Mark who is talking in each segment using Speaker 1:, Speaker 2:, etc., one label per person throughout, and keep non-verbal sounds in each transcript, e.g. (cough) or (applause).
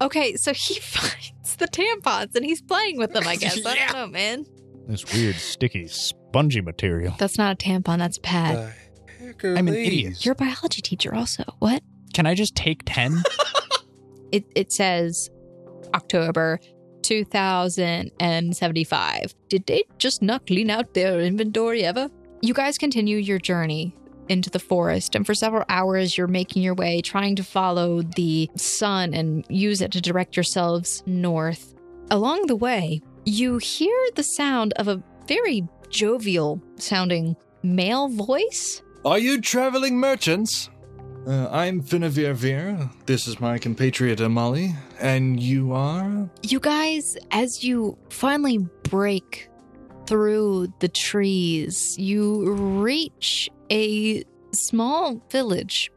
Speaker 1: Okay, so he (laughs) finds the tampons and he's playing with them, I guess. I don't know, man.
Speaker 2: This weird, sticky, spongy material.
Speaker 1: That's not a tampon, that's a pad.
Speaker 3: The heck are
Speaker 2: I'm an
Speaker 3: these?
Speaker 2: idiot.
Speaker 1: You're a biology teacher also. What?
Speaker 2: Can I just take
Speaker 1: (laughs)
Speaker 2: 10?
Speaker 1: It it says October 2075. Did they just not clean out their inventory ever? You guys continue your journey into the forest, and for several hours, you're making your way, trying to follow the sun and use it to direct yourselves north. Along the way, you hear the sound of a very jovial sounding male voice.
Speaker 3: Are you traveling merchants? Uh, I'm Finavir Vir. This is my compatriot Amali. And you are?
Speaker 1: You guys, as you finally break through the trees, you reach a small village.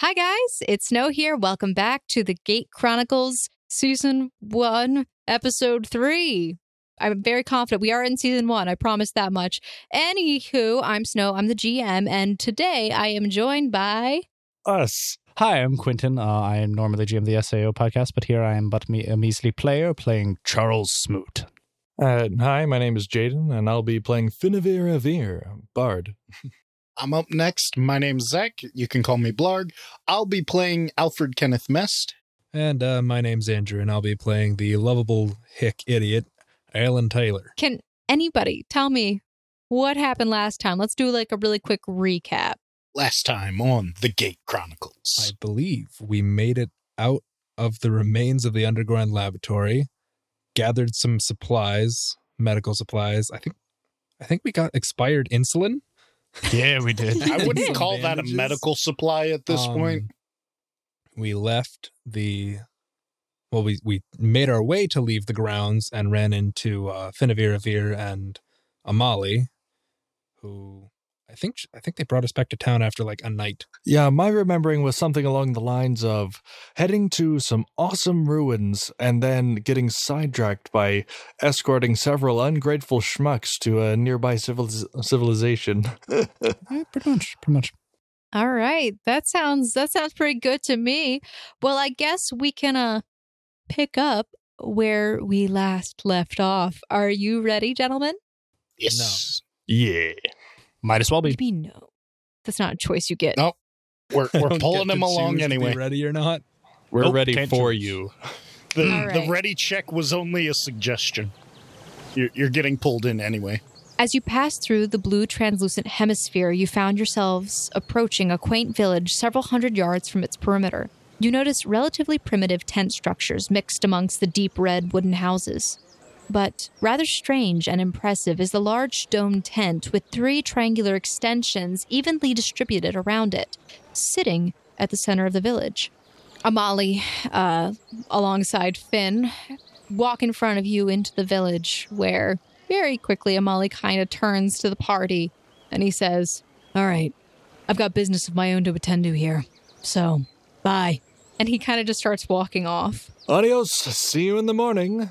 Speaker 1: Hi, guys, it's Snow here. Welcome back to the Gate Chronicles, Season 1, Episode 3. I'm very confident we are in season one. I promise that much. Anywho, I'm Snow. I'm the GM, and today I am joined by
Speaker 2: Us. Hi, I'm Quentin. Uh, I am normally GM of the SAO podcast, but here I am but me- a measly player playing Charles Smoot.
Speaker 3: Uh, hi, my name is Jaden, and I'll be playing Finavir Vir, Bard.
Speaker 4: I'm up next. My name's Zach. You can call me Blarg. I'll be playing Alfred Kenneth Mest.
Speaker 5: And uh, my name's Andrew, and I'll be playing the lovable hick idiot, Alan Taylor.
Speaker 1: Can anybody tell me what happened last time? Let's do like a really quick recap.
Speaker 4: Last time on The Gate
Speaker 5: I
Speaker 4: Chronicles.
Speaker 5: believe we made it out of the remains of the underground laboratory, gathered some supplies, medical supplies. I think, I think we got expired insulin.
Speaker 2: Yeah, we did.
Speaker 4: I, (laughs) wouldn't
Speaker 5: Some
Speaker 4: call that a
Speaker 5: bandages.
Speaker 4: medical supply at this
Speaker 5: Um,
Speaker 4: point.
Speaker 5: We left the, well, we we made our way to leave the grounds and ran into uh, Finaviravir and Amali, who I think I think they brought us back to town after like a night.
Speaker 3: Yeah, my remembering was something along the lines of heading to some awesome ruins and then getting sidetracked by escorting several ungrateful schmucks to a nearby civiliz- civilization.
Speaker 2: Yeah, Eh, pretty much, pretty much.
Speaker 1: All right. That sounds that sounds pretty good to me. Well, I guess we can uh pick up where we last left off. Are you ready, gentlemen?
Speaker 4: Yes.
Speaker 3: yeah.
Speaker 2: Might as well be.
Speaker 1: Maybe no. That's not a choice you get.
Speaker 4: No.
Speaker 2: (laughs)
Speaker 4: We're,
Speaker 5: I
Speaker 4: we're
Speaker 5: don't
Speaker 4: pulling
Speaker 5: get to
Speaker 4: him
Speaker 5: choose
Speaker 4: along
Speaker 5: to
Speaker 4: anyway.
Speaker 5: Be ready or not?
Speaker 3: We're
Speaker 2: Nope,
Speaker 3: ready
Speaker 2: can't
Speaker 3: for
Speaker 2: choose.
Speaker 3: you.
Speaker 4: The,
Speaker 1: All
Speaker 4: the
Speaker 1: right.
Speaker 4: ready check was only a suggestion. You're, you're getting pulled in anyway.
Speaker 1: As you passed through the blue translucent hemisphere, you found yourselves approaching a quaint village several hundred yards from its perimeter. You noticed relatively primitive tent structures mixed amongst the deep red wooden houses. But rather strange and impressive is the large domed tent with three triangular extensions evenly distributed around it, sitting at the center of the village. Amali, uh, alongside Finn, walk in front of you into the village where very quickly Amali kind of turns to the party and he says, All right, I've got business of my own to attend to here. So, bye. And he kind of just starts walking off
Speaker 3: (laughs) Adios. See you in the morning.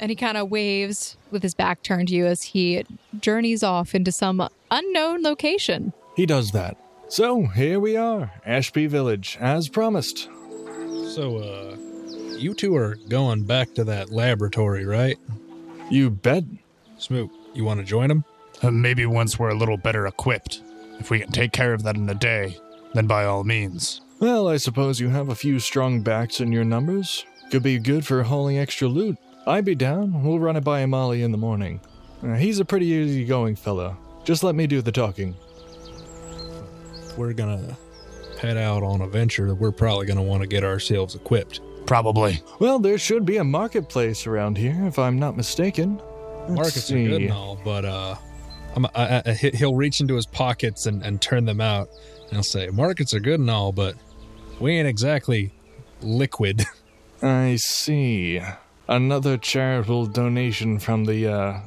Speaker 1: and he kind of waves with his back turned to you as he journeys off into some unknown location.
Speaker 3: He does that. So here we are, Ashby Village, as promised.
Speaker 5: So, uh, you two are going back to that laboratory, right?
Speaker 3: You bet.
Speaker 5: Smoot, you want to join them?
Speaker 2: Uh, maybe once we're a little better equipped. If we can take care of that in a day, then by all means.
Speaker 3: Well, I suppose you have a few strong backs in your numbers. Could be good for hauling extra loot. I'd be down. We'll run it by Amali in the morning. Uh, he's a pretty easygoing fella. Just let me do the talking.
Speaker 5: We're gonna head out on a venture. We're probably gonna want to get ourselves equipped.
Speaker 2: Probably.
Speaker 3: Well, there should be a marketplace around here, if I'm not mistaken. Let's
Speaker 5: Markets are
Speaker 3: see.
Speaker 5: good and all, but uh, I'm, I, I, I- he- he'll reach into his pockets and, and turn them out. And he'll say, Markets are good and all, but we ain't exactly liquid.
Speaker 3: I see. Another charitable donation from the uh,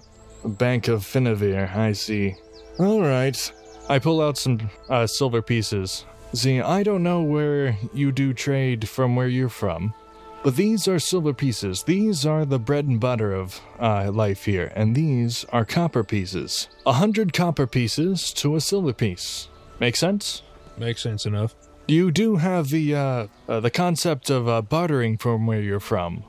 Speaker 3: Bank of Finavir. I see. All right. I pull out some uh, silver pieces. See, I don't know where you do trade from where you're from, but these are silver pieces. These are the bread and butter of uh, life here, and these are copper pieces. A hundred copper pieces to a silver piece. Make sense?
Speaker 5: Makes sense enough.
Speaker 3: You do have the uh, uh the concept of uh, bartering from where you're from,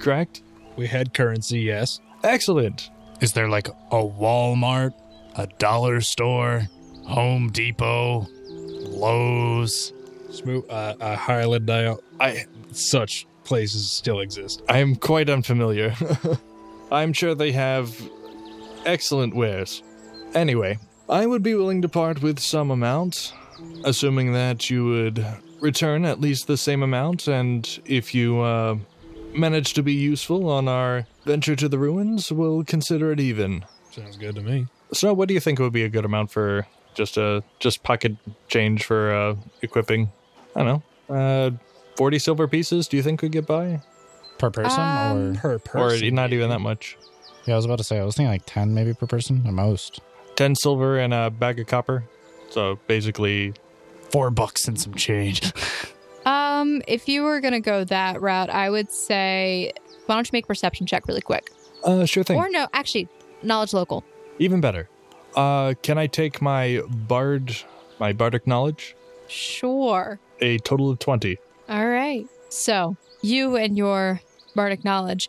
Speaker 3: correct?
Speaker 5: We had currency, yes.
Speaker 3: Excellent.
Speaker 2: Is there like a Walmart, a dollar store, Home Depot, Lowe's?
Speaker 5: Smooth, uh, uh, Highland, Isle,
Speaker 3: I
Speaker 5: such places still exist.
Speaker 3: I am quite unfamiliar. (laughs) I'm sure they have excellent wares. Anyway, I would be willing to part with some amount, assuming that you would return at least the same amount, and if you uh, manage to be useful on our venture to the ruins, we'll consider it even.
Speaker 5: Sounds good to me.
Speaker 3: So, what do you think would be a good amount for just a just pocket change for uh, equipping? I don't know, uh, forty silver pieces. Do you think could get by,
Speaker 2: Per person?
Speaker 1: Um,
Speaker 2: or
Speaker 5: Per
Speaker 3: or
Speaker 5: person.
Speaker 3: not even that much?
Speaker 2: Yeah, I was about to say, I was thinking like 10 maybe per person at most.
Speaker 3: Ten silver and a bag of copper. So basically,
Speaker 2: Four bucks and some change. (laughs)
Speaker 1: Um, if you were gonna go that route, I would say why don't you make a perception check really quick?
Speaker 3: uh, sure thing.
Speaker 1: Or no, actually, knowledge local.
Speaker 3: even better. Uh, can I take my bard, my bardic knowledge?
Speaker 1: Sure.
Speaker 3: A total of twenty.
Speaker 1: All right. So you and your bardic knowledge,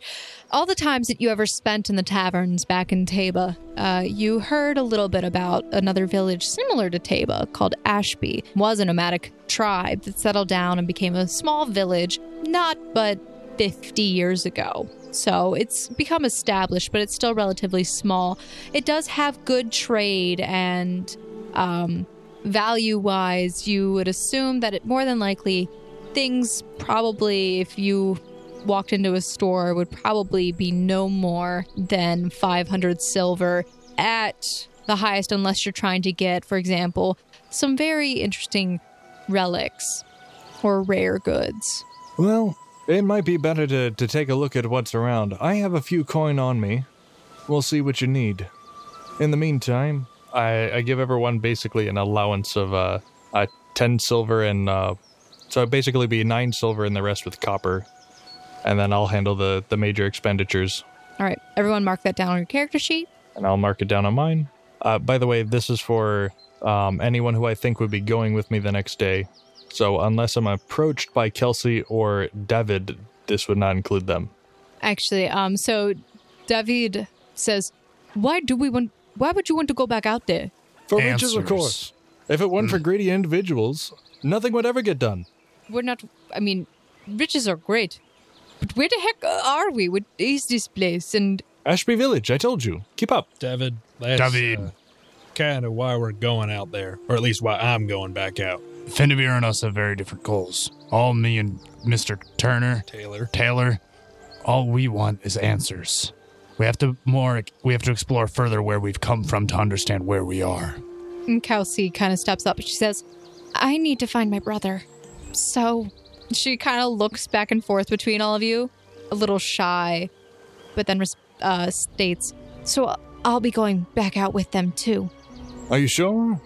Speaker 1: all the times that you ever spent in the taverns back in Taba, uh, you heard a little bit about another village similar to Taba called Ashby. It was a nomadic tribe that settled down and became a small village, not but 50 years ago. So it's become established, but it's still relatively small. It does have good trade and um, value wise, you would assume that it more than likely things probably if you walked into a store would probably be no more than 500 silver at the highest unless you're trying to get for example some very interesting relics or rare goods
Speaker 3: Well, it might be better to, to take a look at what's around. I have a few coin on me. We'll see what you need. In the meantime, I, I give everyone basically an allowance of uh, uh, 10 silver and. Uh, so it'd basically be 9 silver and the rest with copper. And then I'll handle the, the major expenditures
Speaker 1: all right everyone mark that down on your character sheet
Speaker 3: and I'll mark it down on mine. Uh, by the way, this is for um, anyone who I think would be going with me the next day. So unless I'm approached by Kelsey or David, this would not include them.
Speaker 1: actually um so david says why do we want why would you want to go back out there
Speaker 3: For
Speaker 2: riches, of Answers. course.
Speaker 3: If it weren't for greedy individuals, nothing would ever get done.
Speaker 1: we're not i mean riches are great but where the heck are we what is this place and
Speaker 3: Ashby Village, I told you. Keep up.
Speaker 5: David, that's
Speaker 2: David.
Speaker 5: kind of why we're going out there, or at least why I'm going back out.
Speaker 2: Finavir and us have very different goals. All me and Mr. Turner,
Speaker 5: Taylor.
Speaker 2: Taylor, all we want is answers. We have to more we have to explore further where we've come from to understand where we are.
Speaker 1: And Kelsey kind of steps up. She says, I need to find my brother. So she kind of looks back and forth between all of you, a little shy, but then res- uh, states, So I'll be going back out with them too.
Speaker 3: Are you sure?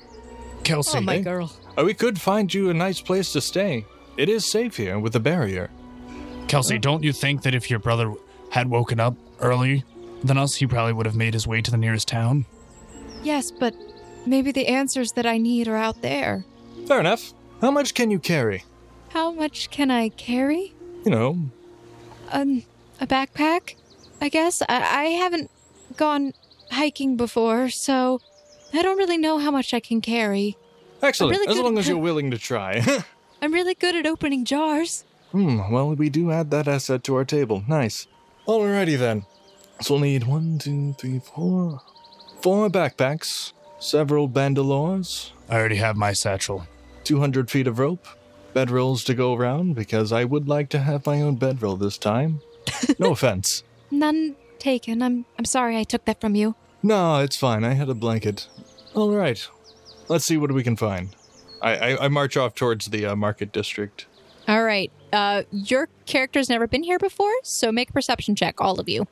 Speaker 2: Kelsey,
Speaker 1: Oh, my girl.
Speaker 3: Uh, we could find you a nice place to stay. It is safe here with the barrier.
Speaker 2: Kelsey, don't you think that if your brother had woken up earlier than us, he probably would have made his way to the nearest town?
Speaker 1: Yes, but maybe the answers that I need are out there.
Speaker 3: Fair enough. How much can you carry?
Speaker 1: How much can I carry?
Speaker 3: You know,
Speaker 1: Um, a backpack? I guess. I, I haven't gone hiking before, so I don't really know how much I can carry.
Speaker 3: excellent.
Speaker 1: really
Speaker 3: as
Speaker 1: good-
Speaker 3: long as you're willing to try. (laughs)
Speaker 1: I'm really good at opening jars.
Speaker 3: Hmm, well, we do add that asset to our table. Nice. Alrighty then. So we'll need one, two, three, four. Four backpacks, several bandoliers,
Speaker 2: I already have my satchel.
Speaker 3: 200 feet of rope, bedrolls to go around because I would like to have my
Speaker 2: (laughs)
Speaker 3: own bedroll this time. No offense.
Speaker 1: None taken. I'm I'm sorry I took that from you.
Speaker 3: No, it's fine. I had a blanket. All right. Let's see what we can find. I, I, I march off towards the uh, market district.
Speaker 1: All right. Uh, your character's never been here before, so make a perception check, all of you.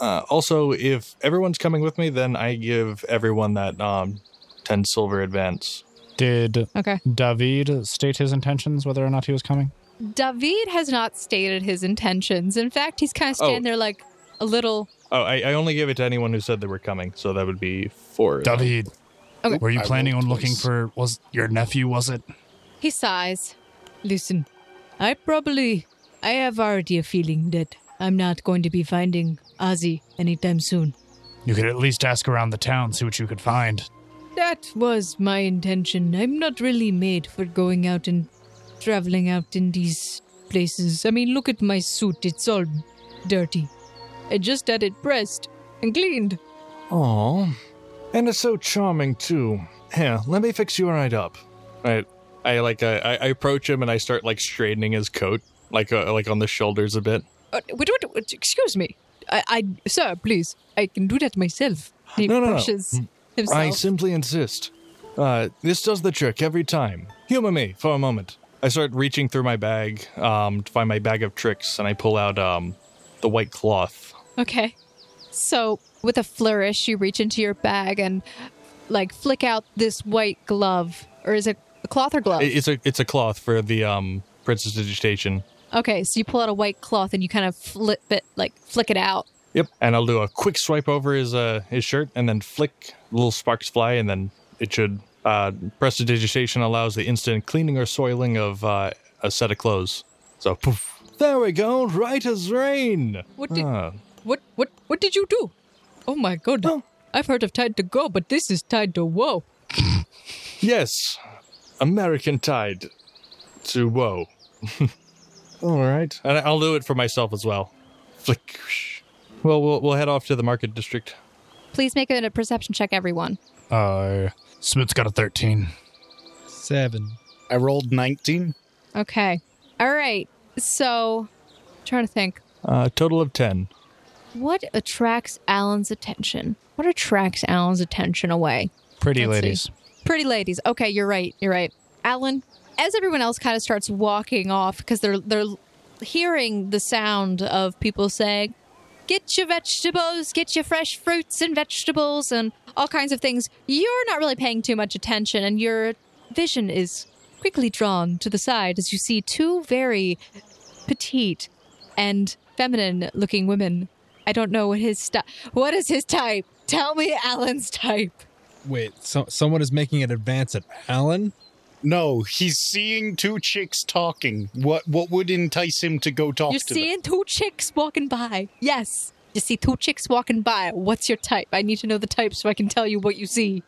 Speaker 3: Uh, also, if everyone's coming with me, then I give everyone that um, 10 silver advance.
Speaker 2: Did
Speaker 1: Okay.
Speaker 2: David state his intentions whether or not he was coming?
Speaker 1: David has not stated his intentions. In fact, he's kind of standing
Speaker 3: Oh.
Speaker 1: there like a little.
Speaker 3: Oh, I, I only gave it to anyone who said they were coming, so that would be four.
Speaker 2: David.
Speaker 1: Okay.
Speaker 2: Were you
Speaker 4: I
Speaker 2: planning
Speaker 4: rolled
Speaker 2: on looking
Speaker 4: twice.
Speaker 2: for was your nephew, was it?
Speaker 1: He sighs. Listen, I probably. I have already a feeling that I'm not going to be finding Ozzy anytime soon.
Speaker 2: You could at least ask around the town, see what you could find.
Speaker 1: That was my intention. I'm not really made for going out and traveling out in these places. I mean, look at my suit. It's all dirty. I just had it pressed and cleaned.
Speaker 3: Aw. And it's so charming, too. Here, let me fix you right up. I, I like, I, I approach him and I start like straightening his coat, like, uh, like on the shoulders a bit.
Speaker 1: Uh, wait, wait, wait, excuse me. I, I, sir, please. I can do that myself. He
Speaker 3: No, no, no.
Speaker 1: brushes himself.
Speaker 3: I simply insist. Uh, this does the trick every time. Humor me for a moment. I start reaching through my bag um, to find my bag of tricks, and I pull out um, the white cloth.
Speaker 1: Okay. So, with a flourish, you reach into your bag and, like, flick out this white glove. Or is it a cloth or glove?
Speaker 3: I- It's a it's a cloth for the um, princess digitation.
Speaker 1: Okay, so you pull out a white cloth and you kind of flip it, like flick it out.
Speaker 3: Yep. And I'll do a quick swipe over his uh, his shirt, and then flick. Little sparks fly, and then it should. Uh, prestidigitation allows the instant cleaning or soiling of uh, a set of clothes. So poof. There we go. Right as rain.
Speaker 1: What did-
Speaker 3: Ah.
Speaker 1: What? What? What did you do? Oh my god!
Speaker 3: Oh.
Speaker 1: I've heard of tide to go, but this is tide to whoa.
Speaker 3: Yes, American Tide to whoa. (laughs) All right, and I'll do it for myself as well. Flick. Well, we'll we'll head off to the market district.
Speaker 1: Please make a perception check, everyone.
Speaker 2: Uh Smoot's got a thirteen.
Speaker 5: Seven.
Speaker 4: I rolled 19.
Speaker 1: Okay. All right. So, trying to think.
Speaker 3: Uh, total of ten.
Speaker 1: What attracts Alan's attention? What attracts Alan's attention away?
Speaker 2: Pretty
Speaker 1: Let's see.
Speaker 2: ladies.
Speaker 1: Pretty ladies. Okay, you're right. You're right. Alan, as everyone else kind of starts walking off because they're they're hearing the sound of people saying, "Get your vegetables, get your fresh fruits and vegetables and all kinds of things." You're not really paying too much attention and your vision is quickly drawn to the side as you see two very petite and feminine looking women. I don't know what his sti- what is his type? Tell me Alan's type.
Speaker 5: Wait, so someone is making an advance at Alan?
Speaker 4: No, he's seeing two chicks talking. What what would entice him to go talk
Speaker 1: You're
Speaker 4: to
Speaker 1: seeing two chicks walking by. Yes. You see two chicks walking by. What's your type? I need to know the type so I can tell you what you see.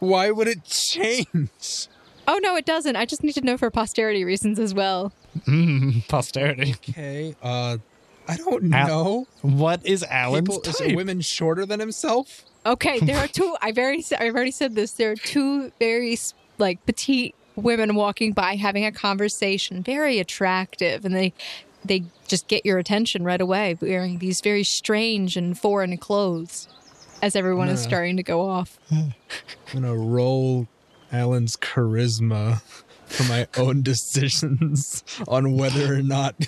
Speaker 5: Why would it change?
Speaker 1: Oh, no, it doesn't. I just need to know for posterity reasons as well.
Speaker 2: Mm, (laughs) posterity.
Speaker 5: Okay, uh, I don't
Speaker 2: Al-
Speaker 5: know.
Speaker 2: What is Alan's
Speaker 5: People, is
Speaker 2: type?
Speaker 5: women shorter than himself?
Speaker 1: Okay, there are two. I've already, sa- I've already said this. There are two very, s- like, petite women walking by having a conversation. Very attractive. And they. They just get your attention right away wearing these very strange and foreign clothes as everyone is
Speaker 5: Yeah.
Speaker 1: starting to go off.
Speaker 5: I'm gonna roll Alan's charisma for
Speaker 2: (laughs)
Speaker 5: my own decisions on whether or not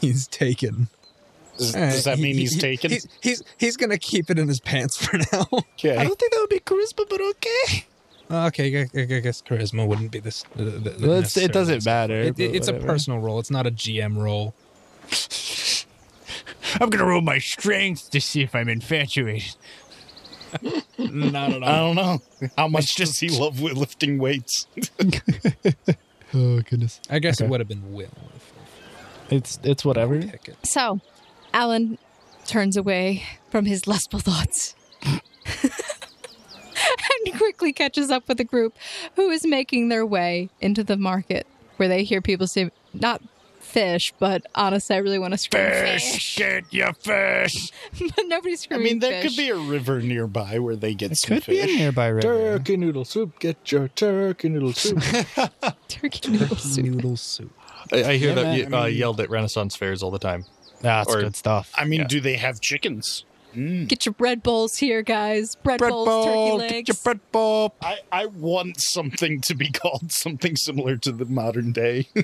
Speaker 5: he's taken.
Speaker 4: Does, does that
Speaker 5: He-
Speaker 4: mean
Speaker 5: he-
Speaker 4: he's
Speaker 5: he-
Speaker 4: taken?
Speaker 5: He's, he's he's gonna keep it in his pants for now.
Speaker 4: Okay.
Speaker 5: I don't think that would be charisma, but okay. (laughs) Okay, I- I I guess charisma wouldn't be this. the- the- the
Speaker 2: Well, it's- it
Speaker 5: necessary
Speaker 2: doesn't
Speaker 5: next-
Speaker 2: matter.
Speaker 5: It- it-
Speaker 2: but
Speaker 5: it's a
Speaker 2: whatever.
Speaker 5: personal role. It's not a GM role.
Speaker 2: I'm gonna roll my strength to see if I'm infatuated.
Speaker 5: Not at
Speaker 4: I don't know. How much
Speaker 2: just-
Speaker 4: does he love wi- lifting weights? (laughs)
Speaker 2: Oh goodness.
Speaker 5: I guess
Speaker 2: Okay.
Speaker 5: it would have been Will. if
Speaker 2: It's it's whatever.
Speaker 5: we pick it.
Speaker 1: So, Alan turns away from his lustful thoughts (laughs) and quickly catches up with the group who is making their way into the market where they hear people say, not fish, but honestly, I really want to scream fish. (laughs)
Speaker 2: get your fish.
Speaker 1: but nobody's
Speaker 4: I
Speaker 1: screaming
Speaker 4: mean, there
Speaker 1: fish.
Speaker 4: could be a river nearby where they get some
Speaker 2: Could be a
Speaker 4: fish.
Speaker 2: nearby river.
Speaker 3: Turkey noodle soup. Get your turkey
Speaker 2: (laughs)
Speaker 3: noodle soup.
Speaker 1: turkey noodle soup.
Speaker 5: Noodle soup.
Speaker 3: I, I hear
Speaker 2: Yeah,
Speaker 3: that
Speaker 2: man,
Speaker 3: ye-
Speaker 2: I
Speaker 3: uh,
Speaker 2: mean-
Speaker 3: yelled at Renaissance fairs all the time.
Speaker 2: That's
Speaker 3: Or-
Speaker 2: good stuff.
Speaker 4: I mean,
Speaker 3: Yeah.
Speaker 4: do they have chickens? Mm.
Speaker 1: Get your bread bowls here, guys. Bread, bowls, turkey legs.
Speaker 2: Get your bread bowl.
Speaker 4: I, I want something to be (laughs) called something similar to the modern day. (laughs)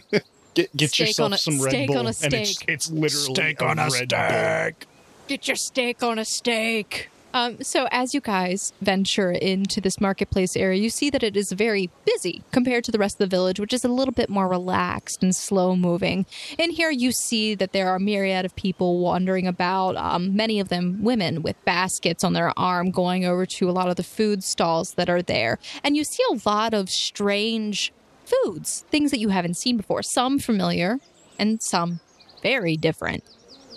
Speaker 4: get get
Speaker 1: Steak
Speaker 4: yourself
Speaker 1: on a-
Speaker 4: some Red
Speaker 1: steak
Speaker 4: Bull,
Speaker 1: on a
Speaker 4: and it's,
Speaker 1: steak.
Speaker 4: it's literally
Speaker 2: Steak
Speaker 4: a
Speaker 2: on a
Speaker 4: Red Bull.
Speaker 2: steak.
Speaker 1: Get your steak on a steak. Um, so, as you guys venture into this marketplace area, you see that it is very busy compared to the rest of the village, which is a little bit more relaxed and slow moving. In here, you see that there are a myriad of people wandering about, um, many of them women with baskets on their arm going over to a lot of the food stalls that are there. And you see a lot of strange foods, things that you haven't seen before, some familiar and some very different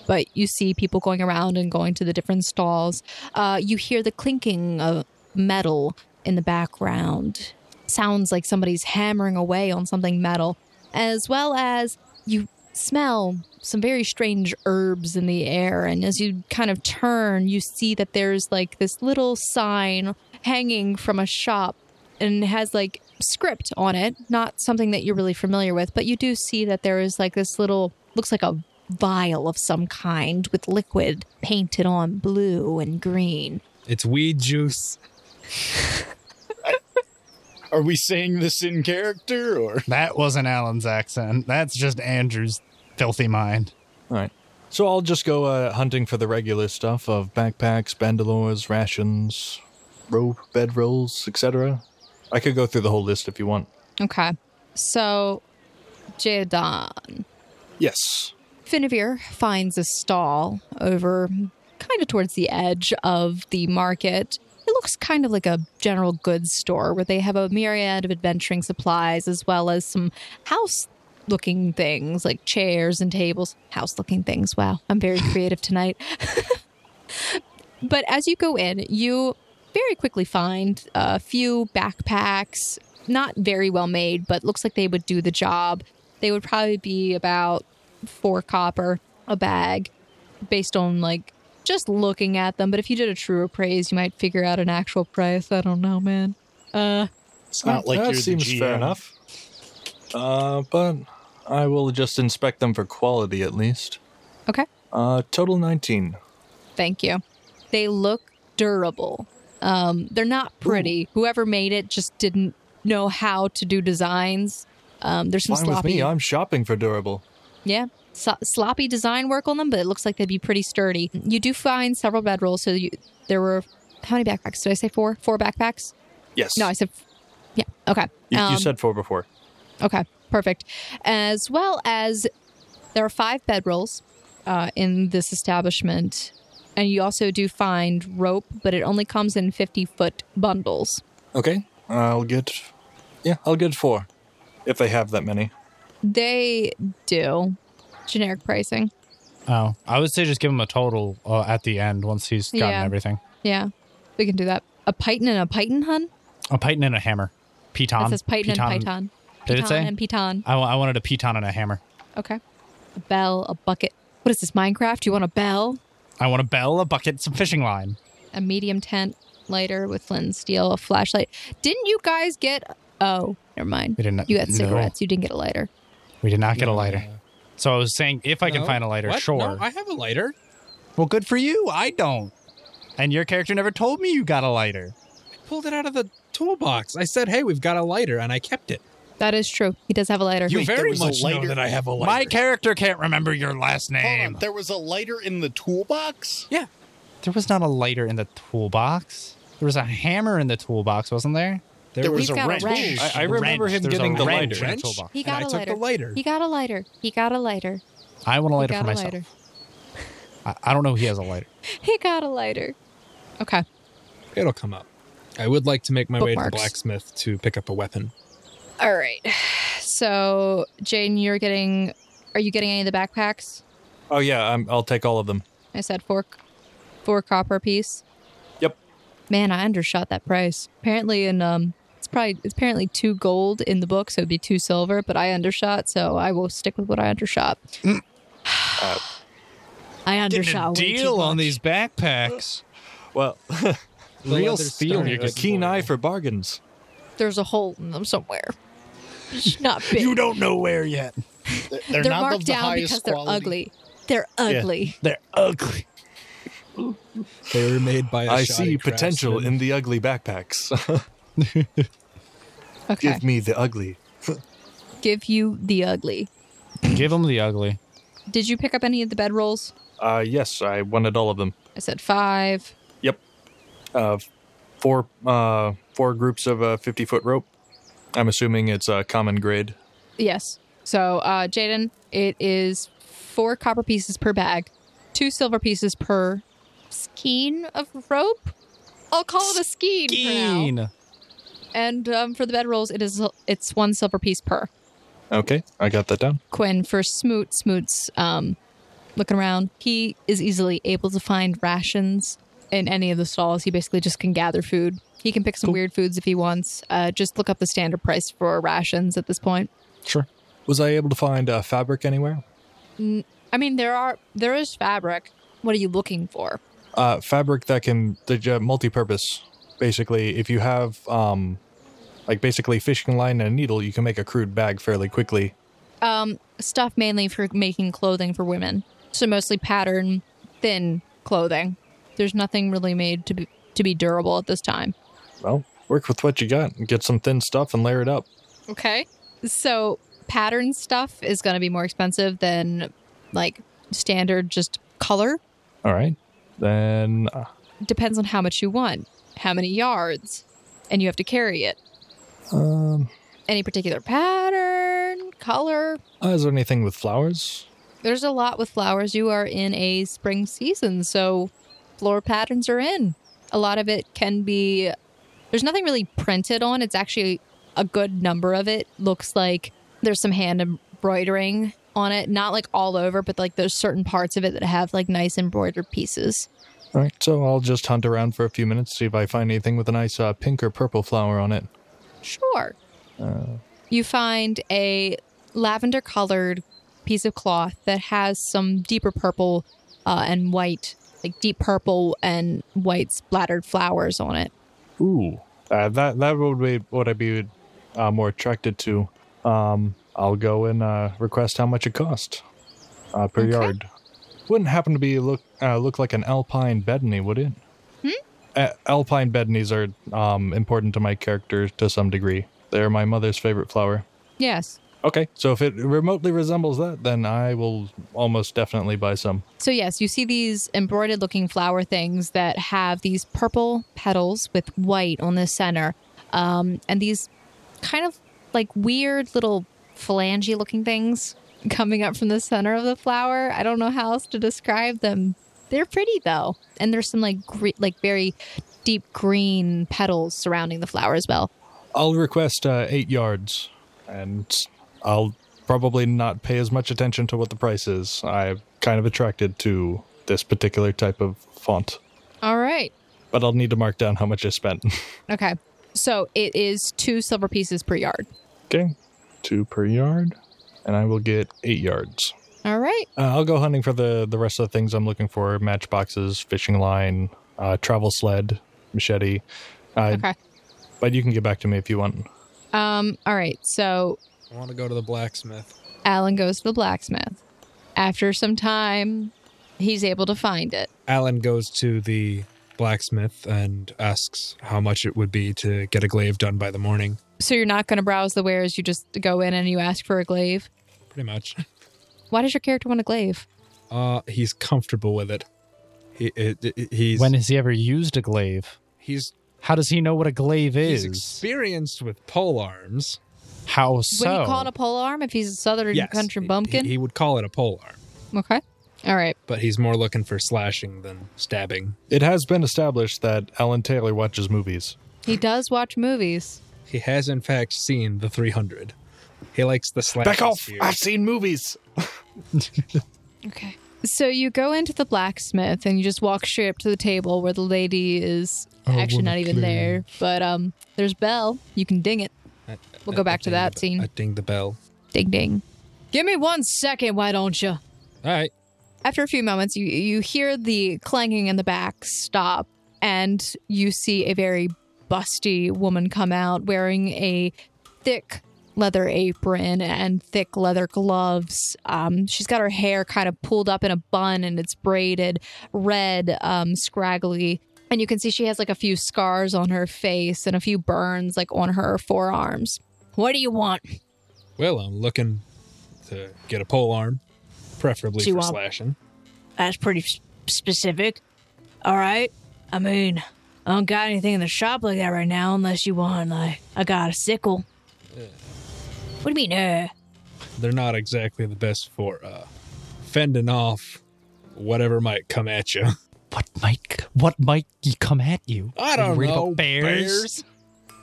Speaker 1: but you see people going around and going to the different stalls. Uh, you hear the clinking of metal in the background. Sounds like somebody's hammering away on something metal, as well as you smell some very strange herbs in the air. And as you kind of turn, you see that there's like this little sign hanging from a shop and it has like script on it, not something that you're really familiar with, but you do see that there is like this little looks like a vial of some kind with liquid painted on blue and green.
Speaker 5: It's weed juice.
Speaker 4: (laughs) Are we saying this in character or
Speaker 2: That wasn't Alan's accent. That's just Andrew's filthy mind.
Speaker 3: All right. So I'll just go uh, hunting for the regular stuff of backpacks, bandalos, rations, rope, bedrolls, etc. I could go through the whole list if you want.
Speaker 1: Okay. So, Jadan.
Speaker 3: Yes.
Speaker 1: Finavir finds a stall over kind of towards the edge of the market. It looks kind of like a general goods store where they have a myriad of adventuring supplies as well as some house looking things like chairs and tables. House looking things. Wow, I'm very creative tonight. but as you go in, you very quickly find a few backpacks, not very well made, but looks like they would do the job. They would probably be about four copper a bag based on like just looking at them. But if you did a true appraise, you might figure out an actual price. I don't know, man. Uh,
Speaker 4: it's not like
Speaker 3: that
Speaker 4: you're
Speaker 3: seems
Speaker 4: the GM.
Speaker 3: fair enough. Uh, but I will just inspect them for quality at least.
Speaker 1: okay.
Speaker 3: Uh, total 19.
Speaker 1: Thank you. They look durable. Um, they're not pretty. Whoever made it just didn't know how to do designs. Um, there's some
Speaker 3: Fine with
Speaker 1: sloppy.
Speaker 3: me. I'm shopping for durable.
Speaker 1: Yeah. So- sloppy design work on them, but it looks like they'd be pretty sturdy. You do find several bedrolls. So you, there were how many backpacks? Did I say four? Four backpacks?
Speaker 3: Yes.
Speaker 1: No, I said, yeah. Okay.
Speaker 3: you, you
Speaker 1: Um,
Speaker 3: said four before.
Speaker 1: Okay, perfect. As well as there are five bedrolls uh, in this establishment, and you also do find rope, but it only comes in 50 foot bundles.
Speaker 3: Okay. I'll get. Yeah, I'll get four. If they have that many.
Speaker 1: They do generic pricing.
Speaker 2: Oh, I would say just give him a total uh, at the end once he's gotten
Speaker 1: Yeah.
Speaker 2: everything.
Speaker 1: Yeah, we can do that. A python and a python, hun?
Speaker 2: A Oh, python and a hammer. Piton.
Speaker 1: That says python and python.
Speaker 2: Did it
Speaker 1: Python
Speaker 2: say?
Speaker 1: and python.
Speaker 2: I, wa- I wanted a piton and a hammer.
Speaker 1: Okay. A bell, a bucket. What is this, Minecraft? You want a bell?
Speaker 2: I want a bell, a bucket, some fishing line.
Speaker 1: a medium tent lighter with flint and steel, a flashlight. Didn't you guys get? Oh, never mind.
Speaker 2: We did not-
Speaker 1: You got
Speaker 2: no.
Speaker 1: cigarettes. You didn't get a lighter.
Speaker 2: We did not get a lighter. So I was saying, if I can
Speaker 5: No.
Speaker 2: find a lighter,
Speaker 5: What?
Speaker 2: sure.
Speaker 5: No, I have a lighter.
Speaker 2: well, good for you. I don't. And your character never told me you got a lighter.
Speaker 5: I pulled it out of the toolbox. I said, "Hey, we've got a lighter," and I kept it.
Speaker 1: That is true. He does have a lighter.
Speaker 5: You
Speaker 4: Wait, there
Speaker 5: very
Speaker 4: was a
Speaker 5: much know
Speaker 4: lighter?
Speaker 5: that I have a lighter.
Speaker 2: My character can't remember your last
Speaker 4: Hold
Speaker 2: name.
Speaker 4: on, there was a lighter in the toolbox?
Speaker 5: yeah,
Speaker 2: There was not a lighter in the toolbox. There was a hammer in the toolbox, wasn't there?
Speaker 5: there,
Speaker 4: There
Speaker 5: was.
Speaker 4: was
Speaker 1: He's
Speaker 4: a
Speaker 1: got a
Speaker 4: wrench.
Speaker 1: wrench.
Speaker 3: I- I remember him
Speaker 2: There's
Speaker 3: getting
Speaker 2: a
Speaker 3: the
Speaker 2: wrench
Speaker 5: lighter.
Speaker 2: in
Speaker 5: Wrench?
Speaker 2: toolbox.
Speaker 1: he
Speaker 5: and
Speaker 1: got
Speaker 5: I
Speaker 1: a
Speaker 5: took
Speaker 1: lighter.
Speaker 5: the lighter.
Speaker 1: He got a lighter. He got a lighter.
Speaker 2: I want a
Speaker 1: He
Speaker 2: lighter
Speaker 1: got
Speaker 2: for
Speaker 1: a
Speaker 2: myself.
Speaker 1: lighter.
Speaker 2: I, I don't know. if He has a lighter.
Speaker 1: He got a lighter. Okay.
Speaker 5: It'll come up. I would like to make my way to the
Speaker 1: Bookmarks.
Speaker 5: blacksmith to pick up a weapon.
Speaker 1: All right. (sighs) So Jane, you're getting. Are you getting any of the backpacks?
Speaker 3: Oh, yeah, I'm, I'll take all of them.
Speaker 1: I said four, four copper piece.
Speaker 3: Yep.
Speaker 1: Man, I undershot that price. Apparently, in um, it's probably it's apparently two gold in the book, so it'd be two silver. But I undershot, so I will stick with what I undershot. I Uh, undershot. way too much.
Speaker 2: backpacks.
Speaker 3: Well, (laughs)
Speaker 5: The
Speaker 2: Real
Speaker 5: leather
Speaker 2: steel,
Speaker 5: star
Speaker 2: you
Speaker 5: is
Speaker 2: could-
Speaker 3: keen
Speaker 5: loyal.
Speaker 3: eye for bargains.
Speaker 1: There's a hole in them somewhere. It's not big.
Speaker 2: You don't know where yet.
Speaker 4: They're,
Speaker 1: they're
Speaker 4: not
Speaker 1: marked
Speaker 4: of the
Speaker 1: down
Speaker 4: highest
Speaker 1: because they're
Speaker 4: quality.
Speaker 1: ugly. They're ugly.
Speaker 2: They're ugly.
Speaker 5: They were made by. a
Speaker 3: I
Speaker 5: shoddy
Speaker 3: see potential
Speaker 5: craftsman.
Speaker 3: in the ugly backpacks. (laughs)
Speaker 1: Okay.
Speaker 3: Give me the ugly.
Speaker 1: Give you the ugly.
Speaker 2: Give him the ugly.
Speaker 1: Did you pick up any of the bedrolls?
Speaker 3: Uh, yes, I wanted all of them.
Speaker 1: I said five.
Speaker 3: Yep. Uh, four uh, four groups of uh, 50 foot rope. I'm assuming it's a common grade.
Speaker 1: Yes. So, uh, Jaden, it is four copper pieces per bag, two silver pieces per skein of rope. I'll call it a skein. for now.
Speaker 2: Keen.
Speaker 1: And um, for the bedrolls, it is it's one silver piece per.
Speaker 3: Okay, I got that down.
Speaker 1: Quinn for Smoot. Smoot's um, looking around. He is easily able to find rations in any of the stalls. He basically just can gather food. He can pick some weird foods if he wants. Uh, just look up the standard price for rations at this point.
Speaker 3: Sure. Was I able to find uh, fabric anywhere?
Speaker 1: I mean, there are there is fabric. What are you looking for?
Speaker 3: Uh, fabric that can that, uh, multi-purpose. Basically, if you have um, like basically fishing line and a needle, you can make a crude bag fairly quickly.
Speaker 1: Um, stuff mainly for making clothing for women. So mostly pattern thin clothing. There's nothing really made to be to be durable at this time.
Speaker 3: Well, work with what you got. and Get some thin stuff and layer it up.
Speaker 1: Okay. So pattern stuff is going to be more expensive than like standard just color.
Speaker 3: All right. Then uh,
Speaker 1: Depends on how much you want, how many yards, and you have to carry it.
Speaker 3: um,
Speaker 1: Any particular pattern, color.
Speaker 3: uh, is there anything with flowers?
Speaker 1: There's a lot with flowers. You are in a spring season, so floor patterns are in. A lot of it can be, there's nothing really printed on. It's actually a good number of it looks like there's some hand embroidering on it. Not like all over, but like there's certain parts of it that have like nice embroidered pieces.
Speaker 3: All right. So I'll just hunt around for a few minutes, see if I find anything with a nice uh, pink or purple flower on it. Uh,
Speaker 1: Sure. you find a lavender colored piece of cloth that has some deeper purple uh, and white, like deep purple and white splattered flowers on it.
Speaker 3: Ooh, uh, that that would be what I'd be uh, more attracted to. Um, I'll go and uh, request how much it cost uh, per
Speaker 1: Okay.
Speaker 3: yard. Wouldn't happen to be look uh, look like an alpine bedney, would it? Hmm? Uh, alpine bedneys are um, important to my character to some degree. They're my mother's favorite flower.
Speaker 1: Yes.
Speaker 3: Okay, so if it remotely resembles that, then I will almost definitely buy some.
Speaker 1: So, yes, you see these embroidered looking flower things that have these purple petals with white on the center, um, and these kind of like weird little phalange looking things (laughs) coming up from the center of the flower. I don't know how else to describe them. They're pretty though, and there's some like gre- like very deep green petals surrounding the flower as well.
Speaker 3: I'll request uh, eight yards, and I'll probably not pay as much attention to what the price is. I'm kind of attracted to this particular type of font,
Speaker 1: All right.
Speaker 3: but I'll need to mark down how much I spent. (laughs)
Speaker 1: Okay. So it is two silver pieces per yard.
Speaker 3: okay, two per yard, and I will get eight yards.
Speaker 1: All right.
Speaker 3: Uh, I'll go hunting for the the rest of the things I'm looking for: matchboxes, fishing line, uh, travel sled, machete. Uh,
Speaker 1: Okay.
Speaker 3: But you can get back to me if you want.
Speaker 1: Um. All right. So
Speaker 5: I want to go to the blacksmith.
Speaker 1: Alan goes to the blacksmith. After some time, he's able to find it.
Speaker 5: Alan goes to the blacksmith and asks how much it would be to get a glaive done by the morning.
Speaker 1: So you're not going to browse the wares, you just go in and you ask for a glaive.
Speaker 5: Pretty
Speaker 3: (laughs)
Speaker 5: much.
Speaker 1: Why does your character want a glaive?
Speaker 5: Uh, he's comfortable with it. He it, it- he's
Speaker 2: When has he ever used a glaive?
Speaker 5: he's
Speaker 2: How does he know what a glaive is?
Speaker 5: he's experienced with pole arms.
Speaker 2: How so?
Speaker 1: Would you call it a pole arm if he's a southern
Speaker 5: Yes,
Speaker 1: country
Speaker 5: he-
Speaker 1: bumpkin?
Speaker 5: He, he would call it a pole arm,
Speaker 1: okay. All right.
Speaker 5: but he's more looking for slashing than stabbing.
Speaker 3: It has been established that Alan Taylor watches movies.
Speaker 1: He does watch movies.
Speaker 5: He has in fact seen the 300. He likes the slash. Here.
Speaker 3: seen movies.
Speaker 1: Okay. So you go into the blacksmith and you just walk straight up to the table where the lady is
Speaker 5: Oh,
Speaker 1: actually not even there, but um there's bell. You can ding it. We'll go back to that scene.
Speaker 5: (laughs) I Uh, ding the bell.
Speaker 1: Ding ding. Give me one second, why don't you?
Speaker 5: All right.
Speaker 1: After a few moments, you you hear the clanging in the back stop, and you see a very busty woman come out wearing a thick leather apron and thick leather gloves. Um, she's got her hair kind of pulled up in a bun and it's braided, red, um, scraggly. And you can see she has like a few scars on her face and a few burns like on her forearms. What do you want?
Speaker 5: Well, I'm looking to get a pole arm, preferably
Speaker 1: Do you
Speaker 5: for
Speaker 1: want-
Speaker 5: slashing.
Speaker 1: That's pretty s- specific. All right. I mean, I don't got anything in the shop like that right now, unless you want like I got a sickle. What do you mean, uh?
Speaker 5: They're not exactly the best for uh, fending off whatever might come at you. (laughs)
Speaker 2: What might what might come at you?
Speaker 5: I
Speaker 2: Are you
Speaker 5: don't
Speaker 2: worried
Speaker 5: know.
Speaker 2: About bears?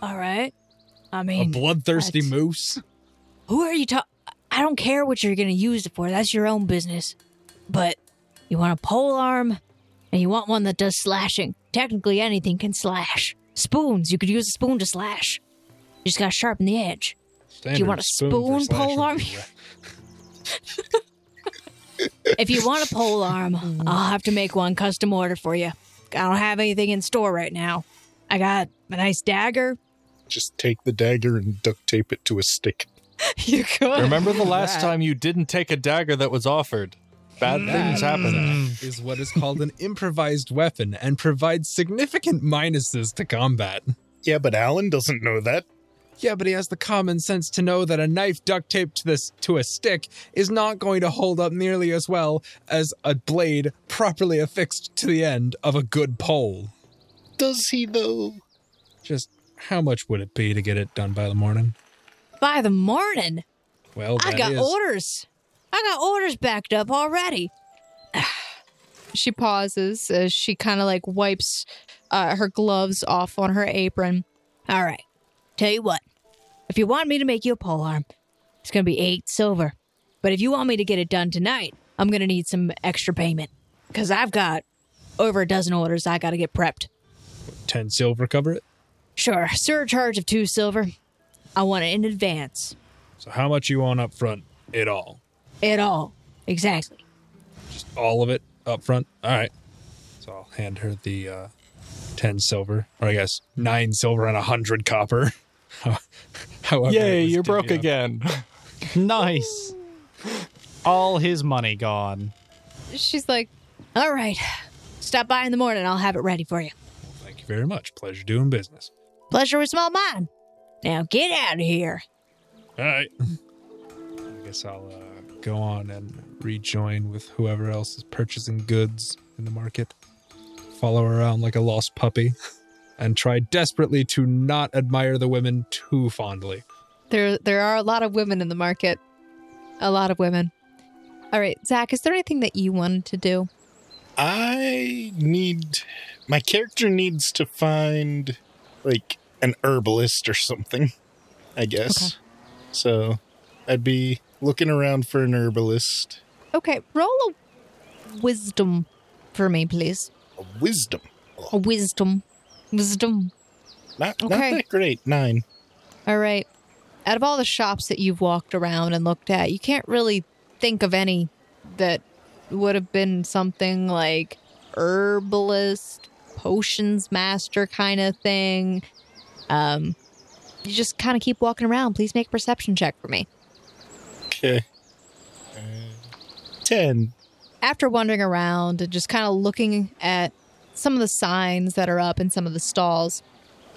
Speaker 1: All right. I
Speaker 5: a
Speaker 1: mean,
Speaker 5: bloodthirsty
Speaker 1: What?
Speaker 5: moose.
Speaker 1: who are you talking? I don't care what you're gonna use it for. That's your own business. But you want a pole arm, and you want one that does slashing. Technically, anything can slash. Spoons. You could use a spoon to slash. You just gotta sharpen the edge.
Speaker 5: Standard
Speaker 1: want a
Speaker 5: for
Speaker 1: spoon pole
Speaker 5: slashing.
Speaker 1: arm? (laughs) if you want a
Speaker 5: (laughs)
Speaker 1: pole arm, I'll have to make one custom order for you. I don't have anything in store right now. I got a nice dagger.
Speaker 4: Just take the dagger and duct tape it to a stick.
Speaker 1: You could. (laughs)
Speaker 3: Remember the last time you didn't take a dagger that was offered? Bad things happen.
Speaker 5: Hmm. is what is called an improvised weapon and provides significant minuses to combat.
Speaker 4: Yeah, but Alan doesn't know that.
Speaker 5: Yeah, but he has the common sense to know that a knife duct taped to this to a stick is not going to hold up nearly as well as a blade properly affixed to the end of a good pole.
Speaker 4: Does he, though?
Speaker 5: Just how much would it be to get it done by the morning?
Speaker 1: By the morning,
Speaker 5: Well,
Speaker 1: I
Speaker 5: that
Speaker 1: got
Speaker 5: is-
Speaker 1: orders. I got orders backed up already. (sighs) she pauses as she kind of like wipes uh, her gloves off on her apron. All right. Tell you what. If you want me to make you a pole arm, it's going to be eight silver. But if you want me to get it done tonight, I'm going to need some extra payment because I've got over a dozen orders I got to get prepped.
Speaker 5: ten silver cover it.
Speaker 1: Sure. Surcharge of two silver. I want it in advance.
Speaker 5: So how much you want up front? It all,
Speaker 1: It all. Exactly.
Speaker 5: all of it up front. All right. So I'll hand her the uh, ten silver, or I guess nine silver and a hundred copper. (laughs) However,
Speaker 3: Yay,
Speaker 5: it was
Speaker 3: you're broke
Speaker 5: divvied up.
Speaker 3: again.
Speaker 2: (laughs) Nice. All his money gone.
Speaker 1: She's like, All right, stop by in the morning. I'll have it ready for you.
Speaker 5: Thank you very much. Pleasure doing business.
Speaker 1: Pleasure was all mine. Now get out of here.
Speaker 5: All right. I guess I'll uh, go on and rejoin with whoever else is purchasing goods in the market. Follow her around like a lost puppy (laughs) and try desperately to not admire the women too fondly.
Speaker 1: There, there are a lot of women in the market. A lot of women. All right, Zach, is there anything that you wanted to do?
Speaker 4: I need. My character needs to find, like, an herbalist or something, I guess. So I'd be looking around for an herbalist.
Speaker 1: Okay, roll a wisdom for me, please.
Speaker 4: A wisdom.
Speaker 1: A wisdom. Wisdom.
Speaker 4: Not, not
Speaker 1: Okay.
Speaker 4: that great. Nine.
Speaker 1: All right. Out of all the shops that you've walked around and looked at, you can't really think of any that would have been something like herbalist, potions master kind of thing. Um, you just kind of keep walking around. Please make a perception check for me.
Speaker 4: Okay. Uh, Ten.
Speaker 1: after wandering around and just kind of looking at some of the signs that are up in some of the stalls,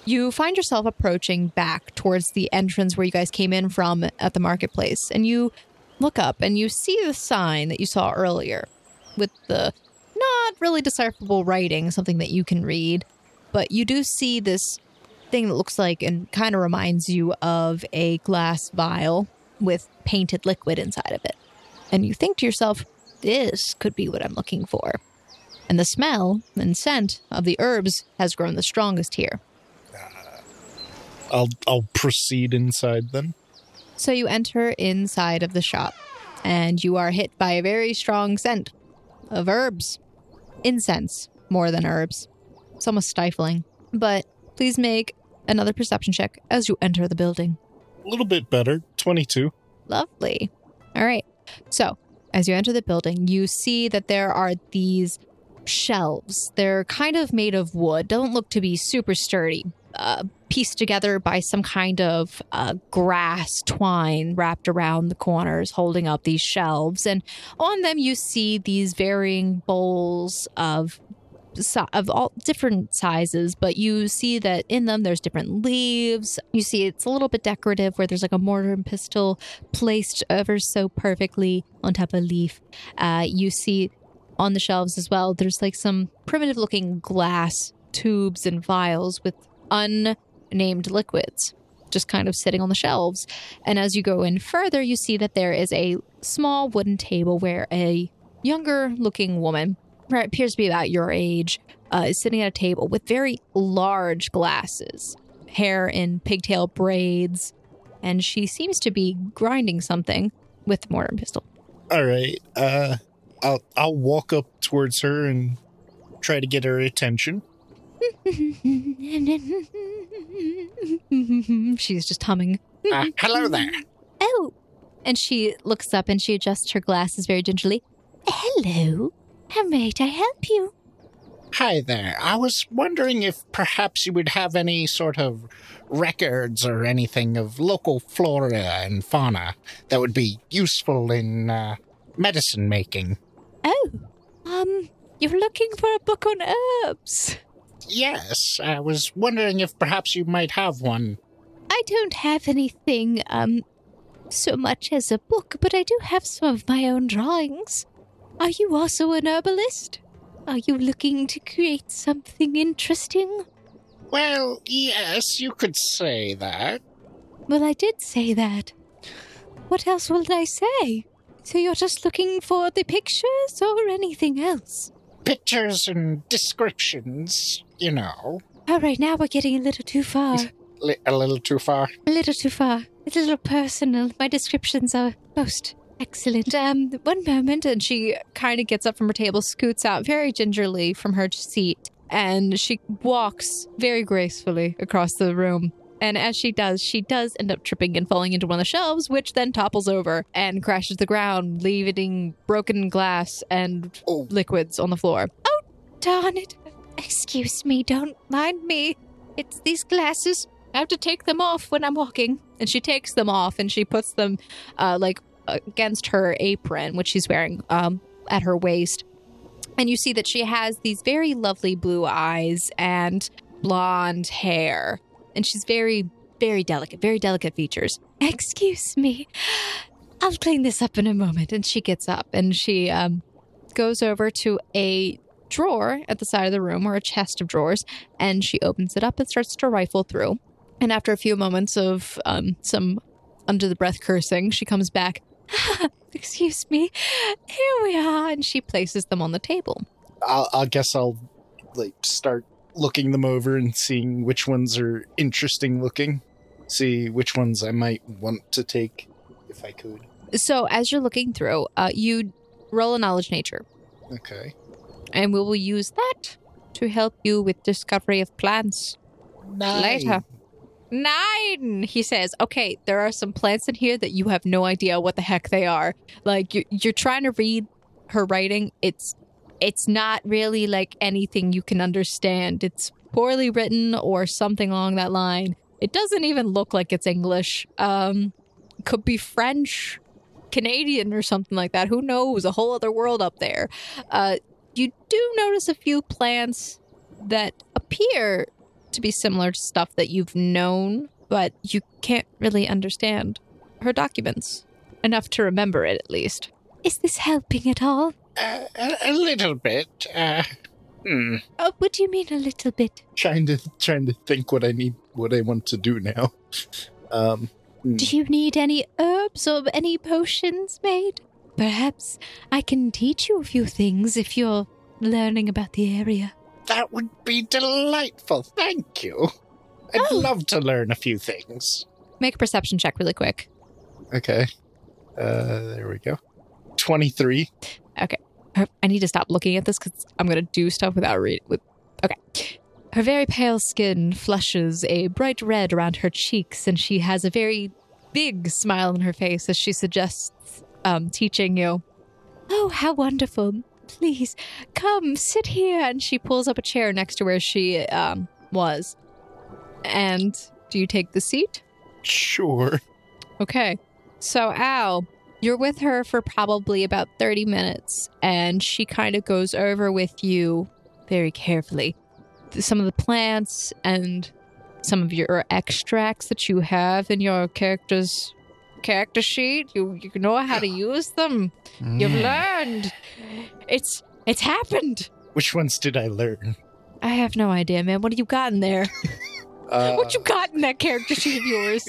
Speaker 1: you find yourself approaching back towards the entrance where you guys came in from at the marketplace. And you look up and you see the sign that you saw earlier with the not really decipherable writing, something that you can read. But you do see this thing that looks like and kind of reminds you of a glass vial with painted liquid inside of it and you think to yourself, this could be what I'm looking for. And the smell and scent of the herbs has grown the strongest here.
Speaker 4: I'll I'll proceed inside then.
Speaker 1: So you enter inside of the shop, and you are hit by a very strong scent of herbs. Incense, more than herbs. It's almost stifling. But please make another perception check as you enter the building.
Speaker 4: A little bit better. Twenty-two.
Speaker 1: Lovely. All right. So, as you enter the building, you see that there are these shelves. They're kind of made of wood, don't look to be super sturdy, uh, pieced together by some kind of uh, grass twine wrapped around the corners, holding up these shelves. And on them, you see these varying bowls of si- of all different sizes, but you see that in them there's different leaves. You see it's a little bit decorative, where there's like a mortar and pistol placed ever so perfectly on top of a leaf. Uh, you see on the shelves as well. There's like some primitive looking glass tubes and vials with unnamed liquids just kind of sitting on the shelves. And as you go in further, you see that there is a small wooden table where a younger looking woman, who appears to be about your age, uh, is sitting at a table with very large glasses, hair in pigtail braids, and she seems to be grinding something with the mortar and pistol. (laughs)
Speaker 4: All right. Uh, I'll I'll walk up towards her and try to get her attention.
Speaker 1: She's just humming.
Speaker 4: Uh, hello there.
Speaker 1: Oh. And she looks up and she adjusts her glasses very gingerly. Hello. How might I help you?
Speaker 4: Hi there. I was wondering if perhaps you would have any sort of records or anything of local flora and fauna that would be useful in uh, medicine making.
Speaker 1: Oh. Um, you're looking for a book on herbs.
Speaker 4: Yes, I was wondering if perhaps you might have one.
Speaker 1: I don't have anything, um, so much as a book, but I do have some of my own drawings. Are you also an herbalist? Are you looking to create something interesting?
Speaker 4: Well, yes, you could say that.
Speaker 1: Well, I did say that. What else would I say? So you're just looking for the pictures or anything else?
Speaker 4: Pictures and descriptions, you know,
Speaker 1: All oh, right, now we're getting a little too far.
Speaker 4: li- a little too far.
Speaker 1: A little too far. It's a little personal. My descriptions are most excellent. Um, one moment, and she kind of gets up from her table, scoots out very gingerly from her seat, and she walks very gracefully across the room. And as she does, she does end up tripping and falling into one of the shelves, which then topples over and crashes to the ground, leaving broken glass and
Speaker 4: Oh.
Speaker 1: liquids on the floor. Oh, darn it. Excuse me, don't mind me. It's these glasses. I have to take them off when I'm walking. And she takes them off and she puts them uh, like against her apron, which she's wearing um, at her waist. And you see that she has these very lovely blue eyes and blonde hair. And she's very, very delicate, very delicate features. Excuse me. I'll clean this up in a moment. And she gets up and she um, goes over to a drawer at the side of the room or a chest of drawers and she opens it up and starts to rifle through. And after a few moments of um, some under the breath cursing, she comes back. (laughs) Excuse me. Here we are. And she places them on the table.
Speaker 4: I'll, I guess I'll like start looking them over and seeing which ones are interesting looking. See which ones I might want to take if I could.
Speaker 1: So as you're looking through, uh, you roll a knowledge nature,
Speaker 4: Okay.
Speaker 1: and we will use that to help you with discovery of plants later. Nine, he says. Okay, there are some plants in here that you have no idea what the heck they are. Like you're, you're trying to read her writing. It's it's not really like anything you can understand. It's poorly written or something along that line. It doesn't even look like it's English. Um, could be French, Canadian, or something like that. Who knows? A whole other world up there. Uh, you do notice a few plants that appear to be similar to stuff that you've known, but you can't really understand her documents enough to remember it at least. Is this helping at all?
Speaker 4: Uh, a, a little bit. Uh, hmm.
Speaker 1: Oh, what do you mean a little bit?
Speaker 4: Trying to trying to think what I need, what I want to do now. (laughs) Um. hmm.
Speaker 1: Do you need any herbs or any potions made? Perhaps I can teach you a few things if you're learning about the area.
Speaker 4: That would be delightful. Thank you. I'd love to learn a few things.
Speaker 1: Make a perception check really quick.
Speaker 4: Okay. Uh, there we go. 23.
Speaker 1: her, I need to stop looking at this because I'm gonna do stuff without read. With okay, her very pale skin flushes a bright red around her cheeks, and she has a very big smile on her face as she suggests um, teaching you. Oh, how wonderful! Please come sit here, and she pulls up a chair next to where she um, was. And do you take the seat?
Speaker 4: Sure.
Speaker 1: Okay. So, Al, you're with her for probably about 30 minutes, and she kind of goes over with you very carefully th- some of the plants and some of your extracts that you have in your character's character sheet. You, you know how to use them. You've learned. It's it's happened.
Speaker 4: Which ones did I learn?
Speaker 1: I have no idea, man. What do you got in there?
Speaker 4: Uh,
Speaker 1: what you got in that character sheet of yours?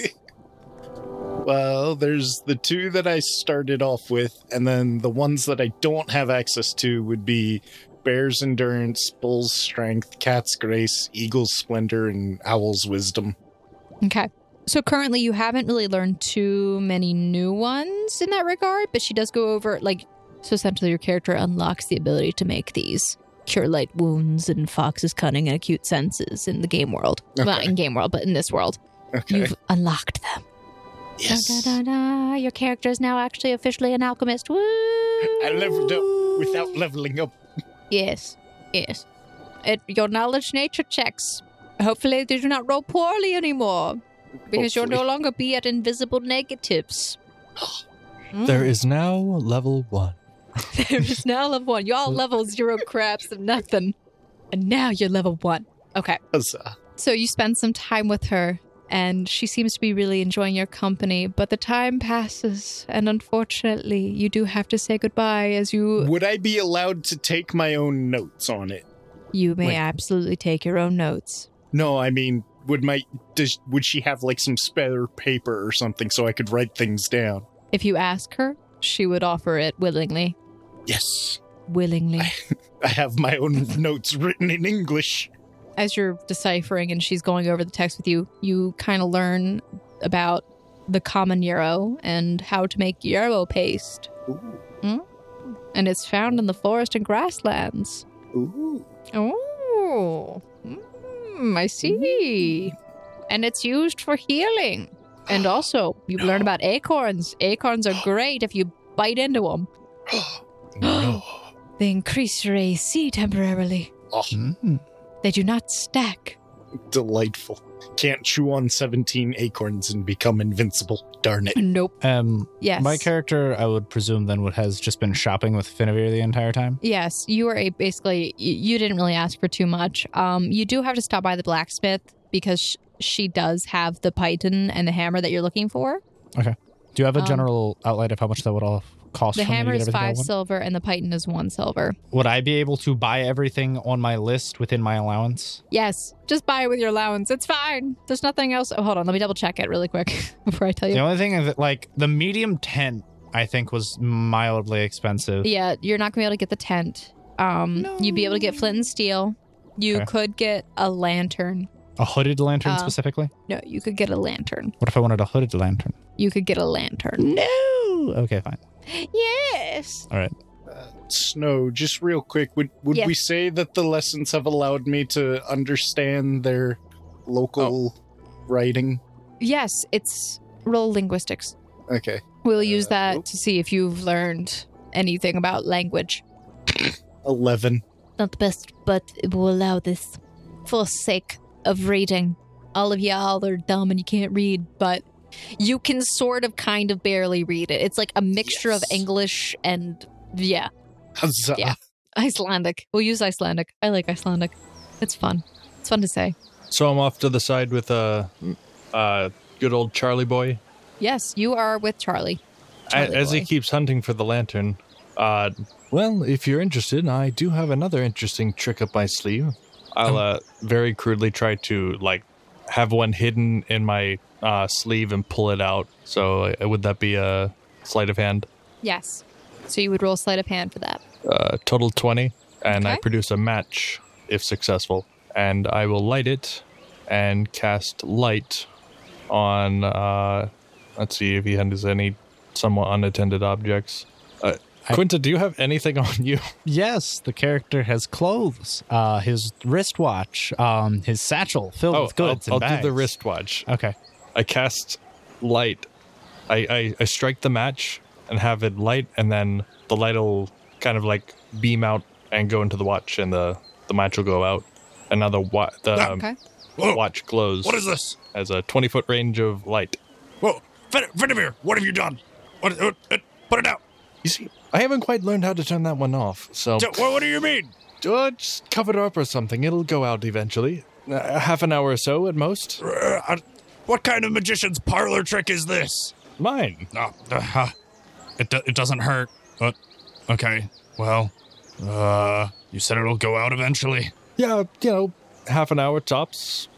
Speaker 4: Well, there's the two that I started off with, and then the ones that I don't have access to would be bear's endurance, bull's strength, cat's grace, eagle's splendor, and owl's wisdom.
Speaker 1: Okay. So currently, you haven't really learned too many new ones in that regard, but she does go over, like, so essentially your character unlocks the ability to make these cure light wounds and fox's cunning and acute senses in the game world. Well, Not
Speaker 4: Okay.
Speaker 1: in game world, but in this world.
Speaker 4: Okay.
Speaker 1: You've unlocked them.
Speaker 4: yes.
Speaker 1: Da-da-da-da. Your character is now actually officially an alchemist. Woo!
Speaker 4: I leveled up without leveling up.
Speaker 1: Yes, yes. It, your knowledge nature checks. Hopefully, they do not roll poorly anymore because you'll no
Speaker 4: Hopefully.
Speaker 1: longer be at
Speaker 4: (gasps)
Speaker 1: invisible negatives. Mm.
Speaker 3: There is now level one.
Speaker 1: There is now level one. Y'all level zero craps of nothing. And now you're level one. Okay.
Speaker 4: Huzzah.
Speaker 1: So you spend some time with her, and she seems to be really enjoying your company, but the time passes, and unfortunately, you do have to say goodbye as you.
Speaker 4: Would I be allowed to take my own notes on it?
Speaker 1: You may
Speaker 4: Wait.
Speaker 1: absolutely take your own notes.
Speaker 4: No, I mean, would my does, would she have like some spare paper or something so I could write things down?
Speaker 1: If you ask her, she would offer it willingly.
Speaker 4: Yes.
Speaker 1: Willingly.
Speaker 4: I have my own (laughs) notes written in
Speaker 1: (gasps)
Speaker 4: English.
Speaker 1: As you're deciphering and she's going over the text with you, you kind of learn about the common yarrow and how to make yarrow paste.
Speaker 4: Ooh.
Speaker 1: Mm. And it's found in the forest and grasslands.
Speaker 4: Ooh.
Speaker 1: Oh, mm, I see. And it's used for healing. And also, you've
Speaker 4: (gasps)
Speaker 1: learned about acorns. Acorns are great if you bite into them.
Speaker 3: No.
Speaker 1: They increase your AC temporarily.
Speaker 4: Oh,
Speaker 2: Mm.
Speaker 1: They do not stack.
Speaker 4: delightful. Can't chew on 17 acorns and become invincible. Darn it.
Speaker 1: Nope.
Speaker 2: Um,
Speaker 1: Yes.
Speaker 2: My character, I would presume, then would has just been shopping with Finavir the entire time.
Speaker 1: Yes, you were a basically y- you didn't really ask for too much. Um, you do have to stop by the blacksmith because sh- she does have the python and the hammer that you're looking for.
Speaker 2: Do you have a
Speaker 1: Um,
Speaker 2: general outline of how much that would all cost?
Speaker 1: The
Speaker 2: for me to
Speaker 1: hammer
Speaker 2: get
Speaker 1: is
Speaker 2: everything I
Speaker 1: five
Speaker 2: want?
Speaker 1: silver and the python is one silver.
Speaker 2: Would I be able to buy everything on my list within my allowance?
Speaker 1: Yes, just buy it with your allowance. It's fine. There's nothing else. Oh, hold on, let me double check it really quick (laughs) before I tell
Speaker 2: The
Speaker 1: you.
Speaker 2: only thing is that, like, the medium tent, I think, was mildly expensive.
Speaker 1: Yeah, you're not gonna be able to get the tent. Um, you'd be able to get flint and steel. You
Speaker 2: Okay.
Speaker 1: could get a lantern.
Speaker 2: A hooded lantern,
Speaker 1: Uh,
Speaker 2: specifically?
Speaker 1: No, you could get a lantern.
Speaker 2: What if I wanted a hooded lantern?
Speaker 1: You could get a lantern.
Speaker 2: No! Okay, fine.
Speaker 1: Yes.
Speaker 2: All right.
Speaker 4: Uh, Snow, just real quick, would, would
Speaker 1: Yes.
Speaker 4: we say that the lessons have allowed me to understand their local
Speaker 2: Oh.
Speaker 4: writing?
Speaker 1: Yes, it's roll linguistics.
Speaker 4: Okay.
Speaker 1: We'll use
Speaker 4: Uh,
Speaker 1: that
Speaker 4: nope.
Speaker 1: to see if you've learned anything about language.
Speaker 4: 11.
Speaker 1: Not the best, but it will allow this for sake of reading. All of y'all are dumb and you can't read, but you can sort of kind of barely read it. It's like a mixture of
Speaker 4: Yes.
Speaker 1: English and yeah,
Speaker 4: Huzzah.
Speaker 1: Yeah. Icelandic. We'll use Icelandic. I like Icelandic. It's fun. It's fun to say.
Speaker 3: So I'm off to the side with uh, uh, good old Charlie boy.
Speaker 1: Yes, you are with Charlie.
Speaker 3: A-
Speaker 1: Charlie
Speaker 3: as he
Speaker 1: boy.
Speaker 3: keeps hunting for the lantern. Uh, well, if you're interested, I do have another interesting trick up my sleeve. I'll uh, very crudely try to like have one hidden in my uh, sleeve and pull it out. So uh, would that be a sleight of hand?
Speaker 1: Yes. So you would roll sleight of hand for that.
Speaker 3: Uh, total twenty, and I
Speaker 1: Okay.
Speaker 3: produce a match if successful, and I will light it and cast light on. Uh, let's see if he has any somewhat unattended objects. Uh, Quinta, do you have anything (laughs) on you?
Speaker 2: Yes, the character has clothes, uh, his wristwatch, um, his satchel filled with goods
Speaker 3: Oh, I'll,
Speaker 2: and
Speaker 3: I'll do the
Speaker 2: bags.
Speaker 3: wristwatch.
Speaker 2: Okay.
Speaker 3: I cast light. I, I I strike the match and have it light, and then the light will kind of like beam out and go into the watch, and the the match will go out. And now the wa- the um,
Speaker 1: Okay.
Speaker 6: Whoa.
Speaker 3: watch glows
Speaker 6: What is this?
Speaker 3: as a 20 foot range of light.
Speaker 6: Whoa, Fen- Fenimir, what have you done? What, what, uh, put it out.
Speaker 3: You see, I haven't quite learned how to turn that one off, so
Speaker 6: What, what do you mean?
Speaker 3: uh, just cover it up or something. It'll go out eventually. Uh, half an hour or so at most.
Speaker 6: Uh, uh, what kind of magician's parlor trick is this?
Speaker 3: Mine.
Speaker 6: Uh, uh, it, do- it doesn't hurt. But, okay, well, uh, you said it'll go out eventually.
Speaker 3: Yeah, you know, half an hour tops.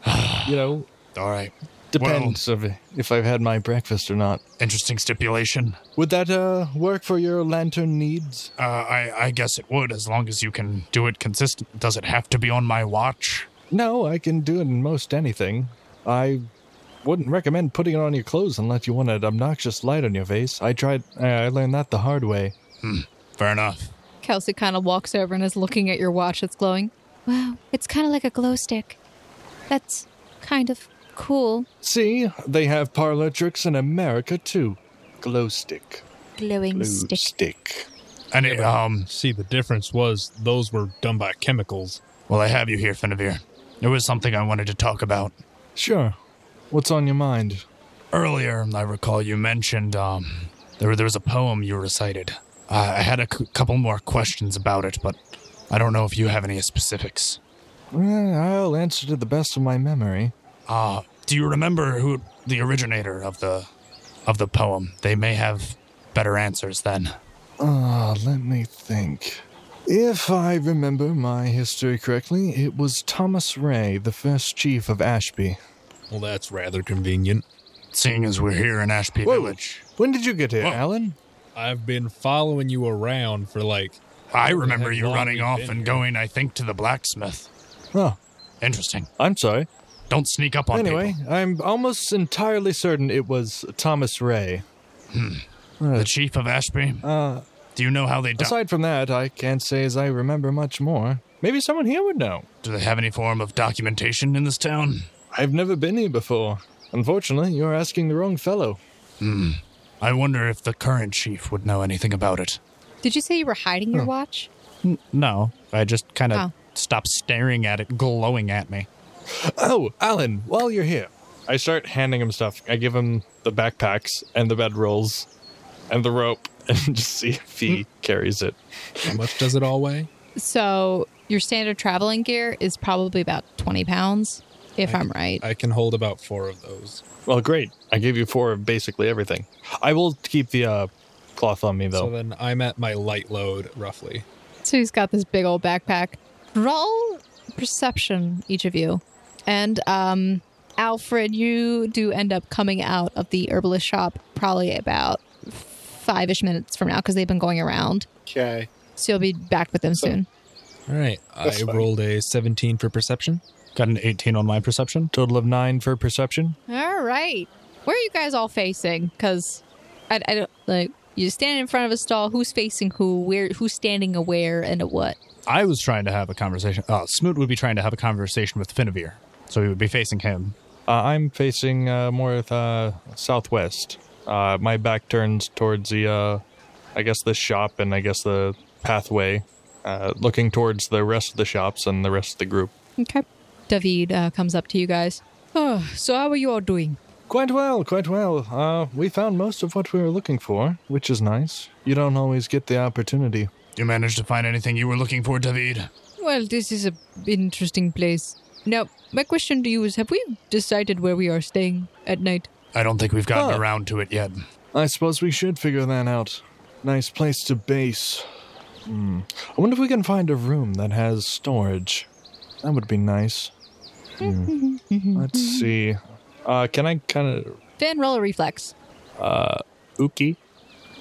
Speaker 3: you know,
Speaker 6: (sighs) All right,
Speaker 3: depends of if I've had my breakfast or not.
Speaker 6: interesting stipulation.
Speaker 3: Would that uh, work for your lantern needs?
Speaker 6: Uh, I, I guess it would, as long as you can do it consistent. Does it have to be on my watch?
Speaker 3: No, I can do it in most anything. I wouldn't recommend putting it on your clothes unless you want an obnoxious light on your face. I tried, uh, I learned that the hard way.
Speaker 6: Hmm, Fair enough.
Speaker 1: Kelsey kind of walks over and is looking at your watch that's glowing. Wow, it's kind of like a glow stick. That's kind of cool.
Speaker 3: See, they have parlor tricks in America too. Glow stick.
Speaker 1: Glowing
Speaker 3: Glow
Speaker 1: stick.
Speaker 3: stick.
Speaker 6: And it, um,
Speaker 5: See, the difference was those were done by chemicals.
Speaker 6: well, I have you here, Fenivir. There was something I wanted to talk about.
Speaker 3: Sure. What's on your mind?
Speaker 6: Earlier, I recall you mentioned, um, there, there was a poem you recited. Uh, I had a c- couple more questions about it, but I don't know if you have any specifics.
Speaker 3: Eh, I'll answer to the best of my memory.
Speaker 6: Uh, do you remember who the originator of the, of the poem? They may have better answers then.
Speaker 3: Ah, let me think. If I remember my history correctly, it was Thomas Ray, the first chief of Ashby.
Speaker 5: Well, that's rather convenient.
Speaker 6: Seeing as we're here in Ashby
Speaker 3: Whoa.
Speaker 6: Village,
Speaker 3: When did you get here,
Speaker 6: Whoa.
Speaker 3: Alan?
Speaker 5: I've been following you around for like
Speaker 6: I remember
Speaker 5: heck
Speaker 6: you
Speaker 5: long
Speaker 6: running
Speaker 5: we've
Speaker 6: off
Speaker 5: been
Speaker 6: and
Speaker 5: here.
Speaker 6: going, I think, to the blacksmith.
Speaker 3: Oh,
Speaker 6: Interesting.
Speaker 3: I'm sorry.
Speaker 6: Don't sneak up on
Speaker 3: anyway,
Speaker 6: people.
Speaker 3: I'm almost entirely certain it was Thomas Ray.
Speaker 6: The chief of Ashby.
Speaker 3: Uh,
Speaker 6: Do you know how they do?
Speaker 3: aside from that, I can't say as I remember much more. Maybe someone here would know.
Speaker 6: Do they have any form of documentation in this town?
Speaker 3: I've never been here before. Unfortunately, you're asking the wrong fellow.
Speaker 6: Hmm. I wonder if the current chief would know anything about it.
Speaker 1: Did you say you were hiding your watch?
Speaker 2: No, I just kind of
Speaker 1: Oh.
Speaker 2: stopped staring at it, glowing at
Speaker 3: (laughs)
Speaker 2: me.
Speaker 3: Oh, Alan, while you're here. I start handing him stuff. I give him the backpacks and the bedrolls and the rope (laughs) and just see if he carries it.
Speaker 5: how much does it all weigh?
Speaker 1: So your standard traveling gear is probably about 20 pounds, if I, am right.
Speaker 5: I can hold about four of those.
Speaker 3: Well, great. I gave you four of basically everything. I will keep the uh, cloth on me,
Speaker 6: Oh.
Speaker 3: though.
Speaker 5: So then I'm at my light load roughly.
Speaker 1: so he's got this big old backpack. Roll perception, each of you. And um, Alfred, you do end up coming out of the herbalist shop probably about five ish minutes from now because they've been going around.
Speaker 4: Okay.
Speaker 1: So you'll be back with them soon.
Speaker 5: All right,
Speaker 4: That's
Speaker 5: I
Speaker 4: fine.
Speaker 5: rolled a 17 for perception.
Speaker 2: Got an 18 on my perception.
Speaker 3: Total of nine for perception.
Speaker 1: All right. Where are you guys all facing? Because I, I don't like you stand in front of a stall. Who's facing who? Where? Who's standing where and at what?
Speaker 2: I was trying to have a conversation. Uh, Smoot would be trying to have a conversation with Finavir, so he would be facing him.
Speaker 3: Uh, I'm facing uh, more uh, southwest. Uh, my back turns towards the, uh, I guess, the shop and I guess the pathway, uh, looking towards the rest of the shops and the rest of the group.
Speaker 1: Okay. David uh, comes up to you guys. Oh, so how are you all doing?
Speaker 3: Quite well, quite well. Uh, we found most of what we were looking for, which is nice. You don't always get the opportunity.
Speaker 6: You managed to find anything you were looking for, David?
Speaker 1: Well, this is a interesting place. Now, my question to you is: Have we decided where we are staying at night?
Speaker 6: I don't think we've gotten
Speaker 3: Huh.
Speaker 6: around to it yet.
Speaker 3: I suppose we should figure that out. Nice place to base. Hmm. I wonder if we can find a room that has storage. That would be nice.
Speaker 1: Mm-hmm.
Speaker 3: Hmm. Let's see. Uh, can I kind of
Speaker 1: Van, roll a reflex.
Speaker 3: ookie?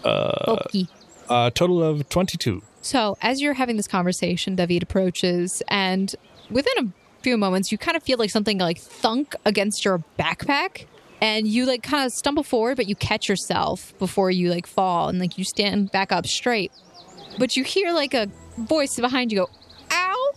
Speaker 1: okay.
Speaker 3: Uh, total of twenty-two.
Speaker 1: So, as you're having this conversation, David approaches, and within a few moments, you kind of feel like something like thunk against your backpack, and you like kind of stumble forward, but you catch yourself before you like fall, and like you stand back up straight. But you hear like a voice behind you go, "Ow!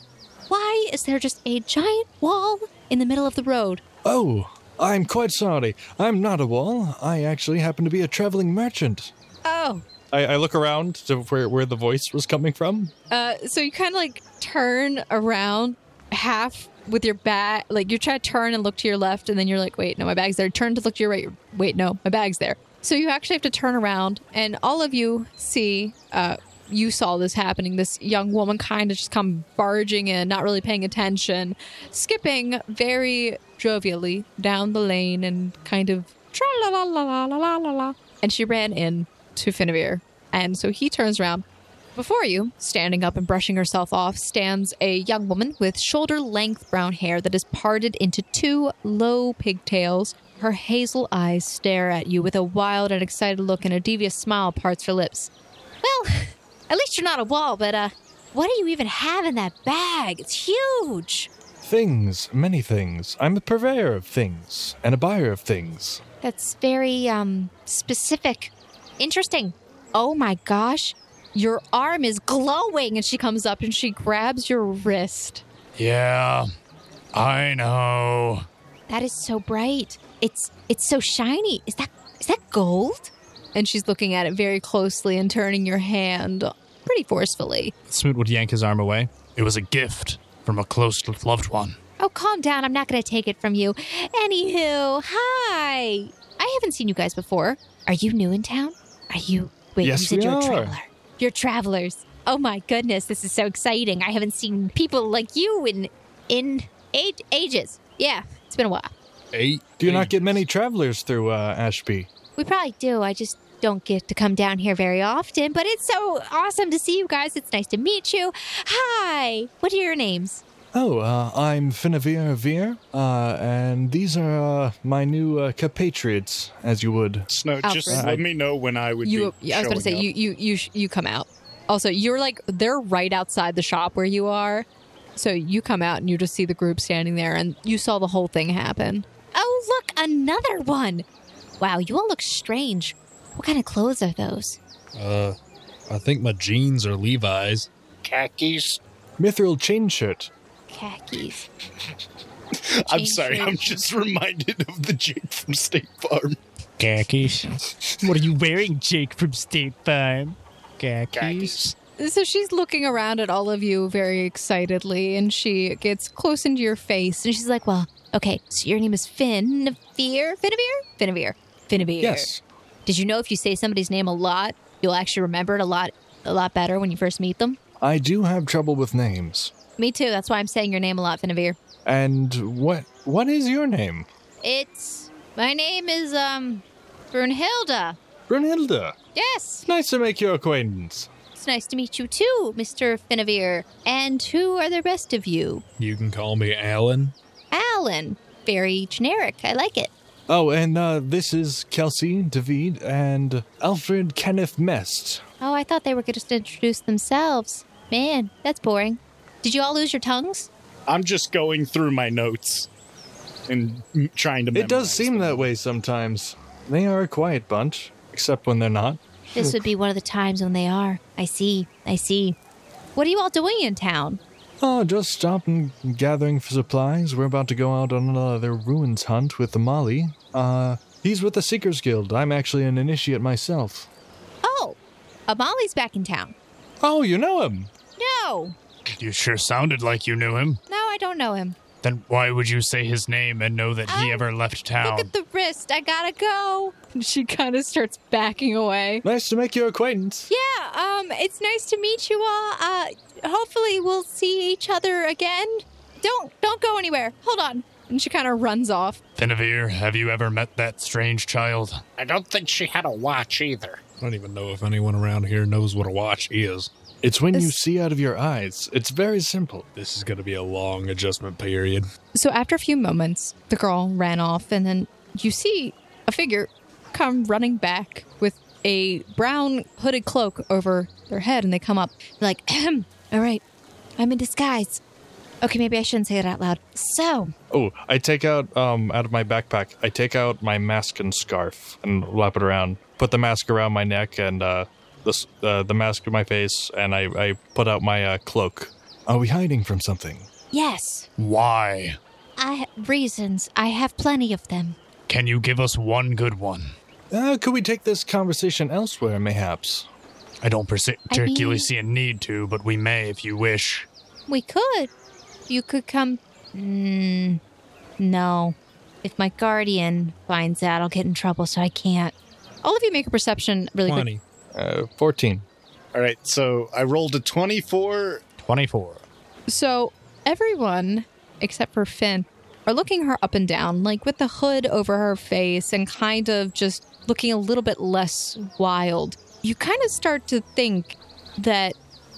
Speaker 1: Why is there just a giant wall in the middle of the road?"
Speaker 3: Oh, I'm quite sorry. I'm not a wall. I actually happen to be a traveling merchant.
Speaker 1: Oh,
Speaker 3: I, I look around to where where the voice was coming from.
Speaker 1: Uh, so you kind of like turn around half with your back, like you try to turn and look to your left, and then you're like, wait, no, my bag's there. Turn to look to your right. Wait, no, my bag's there. So you actually have to turn around, and all of you see, uh, you saw this happening. This young woman kind of just come barging in, not really paying attention, skipping very jovially down the lane and kind of tra la la la la la la la la. And she ran in to Finavir. And so he turns around before you, standing up and brushing herself off, stands a young woman with shoulder length brown hair that is parted into two low pigtails. Her hazel eyes stare at you with a wild and excited look, and a devious smile parts her lips. Well, (laughs) at least you're not a wall, but, uh, what do you even have in that bag? It's huge!
Speaker 3: Things, many things. I'm a purveyor of things and a buyer of things.
Speaker 1: That's very, um, specific. Interesting. Oh my gosh, your arm is glowing. And she comes up and she grabs your wrist.
Speaker 6: Yeah, I know.
Speaker 1: That is so bright. It's it's so shiny. Is that is that gold? And she's looking at it very closely and turning your hand pretty forcefully.
Speaker 2: Smoot would yank his arm away.
Speaker 6: It was a gift from a close loved one.
Speaker 1: Oh, calm down. I'm not going to take it from you. Anywho, hi. I haven't seen you guys before. Are you new in town? Are you? Wait,
Speaker 3: Yes,
Speaker 1: you said
Speaker 3: we
Speaker 1: you're
Speaker 3: are.
Speaker 1: a traveler. You're travelers. Oh my goodness, this is so exciting. I haven't seen people like you in in eight ages. Yeah, it's been a while.
Speaker 5: Eight.
Speaker 3: Do you not get many travelers through uh, Ashby?
Speaker 1: We probably do. I just don't get to come down here very often, but it's so awesome to see you guys. It's nice to meet you. Hi. What are your names?
Speaker 3: Oh, uh, I'm Finavir Veer, uh, and these are uh, my new uh, compatriots, as you would.
Speaker 4: Snow, just
Speaker 1: Alfred.
Speaker 4: let me know when I would
Speaker 1: You
Speaker 4: be.
Speaker 1: I was going to
Speaker 4: showing
Speaker 1: say
Speaker 4: up.
Speaker 1: you you you sh- you come out. Also, you're like they're right outside the shop where you are. So you come out and you just see the group standing there and you saw the whole thing happen. Oh, look, another one. Wow, you all look strange. What kind of clothes are those?
Speaker 5: Uh, I think my jeans are Levi's.
Speaker 4: Khakis.
Speaker 3: Mithril chain shirt.
Speaker 1: Khakis.
Speaker 4: I'm
Speaker 1: Change
Speaker 4: sorry. (laughs) I'm
Speaker 1: shape.
Speaker 4: just reminded of the Jake from State Farm.
Speaker 2: Khakis. what are you wearing, Jake from State Farm?
Speaker 4: Khakis.
Speaker 1: So she's looking around at all of you very excitedly, and she gets close into your face, and she's like, "Well, okay, so your name is Finavir, Finavir, Finavir, Finavir.
Speaker 3: Yes.
Speaker 1: Did you know if you say somebody's name a lot, you'll actually remember it a lot, a lot better when you first meet them?
Speaker 3: I do have trouble with names.
Speaker 1: Me too. That's why I'm saying your name a lot, Finavir.
Speaker 3: And what what is your name?
Speaker 1: It's my name is um, Brunhilda.
Speaker 3: Brunhilde.
Speaker 1: Yes,
Speaker 3: Nice to make your acquaintance.
Speaker 1: it's nice to meet you too, Mister Finavir. And who are the rest of you?
Speaker 5: You can call me Alan.
Speaker 1: Alan. Very generic. I like it.
Speaker 3: Oh, and uh, this is Kelsey, David, and Alfred Kenneth Mest.
Speaker 1: Oh, I thought they were going to introduce themselves. Man, that's boring. Did you all lose your tongues?
Speaker 4: I'm just going through my notes and m- trying to.
Speaker 3: It does
Speaker 4: memorize
Speaker 3: seem
Speaker 4: them.
Speaker 3: that way sometimes. They are a quiet bunch, except when they're not.
Speaker 1: This would be one of the times when they are. I see. I see. What are you all doing in town?
Speaker 3: Oh, just stopping and gathering for supplies. We're about to go out on another ruins hunt with the Molly. Uh, he's with the Seekers Guild. I'm actually an initiate myself.
Speaker 1: Oh, Amali's back in town.
Speaker 3: Oh, you know him.
Speaker 1: No.
Speaker 6: You sure sounded like you knew him.
Speaker 1: No, I don't know him.
Speaker 6: Then why would you say his name and know that he
Speaker 1: Oh,
Speaker 6: ever left
Speaker 1: Look
Speaker 6: town?
Speaker 1: at the wrist. I gotta go. She kind of starts backing away.
Speaker 3: Nice to make your acquaintance.
Speaker 1: Yeah, um, it's nice to meet you all. Uh, hopefully we'll see each other again. Don't, don't go anywhere. Hold on. And she kind of runs off.
Speaker 6: Finavir, have you ever met that strange child?
Speaker 4: I don't think she had a watch either.
Speaker 5: I don't even know if anyone around here knows what a watch is.
Speaker 3: It's when you
Speaker 1: This-
Speaker 3: see out of your eyes. It's very simple.
Speaker 5: This is going to be a long adjustment period.
Speaker 1: So after a few moments, the girl ran off, and then you see a figure come running back with a brown hooded cloak over their head, and they come up like, (clears throat) "Ahem. "All right, I'm in disguise." Okay, maybe I shouldn't say it out loud. So,
Speaker 3: Oh, I take out um out of my backpack. I take out my mask and scarf and wrap it around. Put the mask around my neck and uh the s- uh, the mask in my face, and I I put out my uh, cloak. Are we hiding from something?
Speaker 1: yes,
Speaker 6: Why?
Speaker 1: I ha- reasons. I have plenty of them.
Speaker 6: Can you give us one good one?
Speaker 3: Uh, could we take this conversation elsewhere, mayhaps?
Speaker 6: I don't persi- particularly
Speaker 1: mean-
Speaker 6: see a need to, but we may if you wish.
Speaker 1: We could. You could come. Mm, no. If my guardian finds out, I'll get in trouble, so I can't. All of you make a perception really quick.
Speaker 5: 20.
Speaker 3: Uh, 14.
Speaker 4: All right, so I rolled a 24.
Speaker 2: 24.
Speaker 1: So everyone except for Finn are looking her up and down, like with the hood over her face and kind of just looking a little bit less wild. You kind of start to think that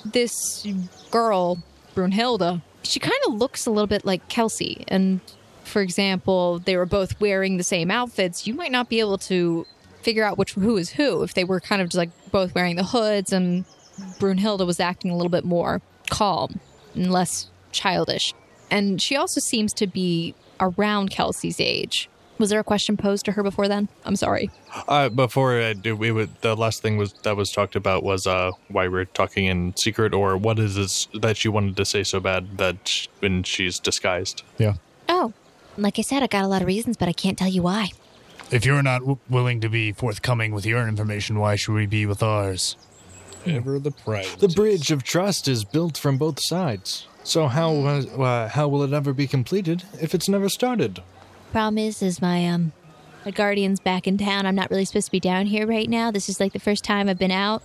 Speaker 1: this girl, Brunhilde, she kind of looks a little bit like Kelsey. And for example, they were both wearing the same outfits. You might not be able to figure out which who is who if they were kind of just like both wearing the hoods and Brunhilde was acting a little bit more calm and less childish. And she also seems to be around Kelsey's age. Was there a question posed to her before then? I'm sorry.
Speaker 3: Uh, before I do, we would the last thing was that was talked about was uh why we're talking in secret or what is this that she wanted to say so bad that sh- when she's disguised.
Speaker 2: Yeah.
Speaker 1: Oh, like I said, I got a lot of reasons, but I can't tell you why.
Speaker 6: If you're not w- willing to be forthcoming with your information, why should we be with ours?
Speaker 5: Ever the prize.
Speaker 3: The bridge of trust is built from both sides. So how was- uh, how will it ever be completed if it's never started?
Speaker 1: Problem is, is my um, my guardian's back in town. I'm not really supposed to be down here right now. This is like the first time I've been out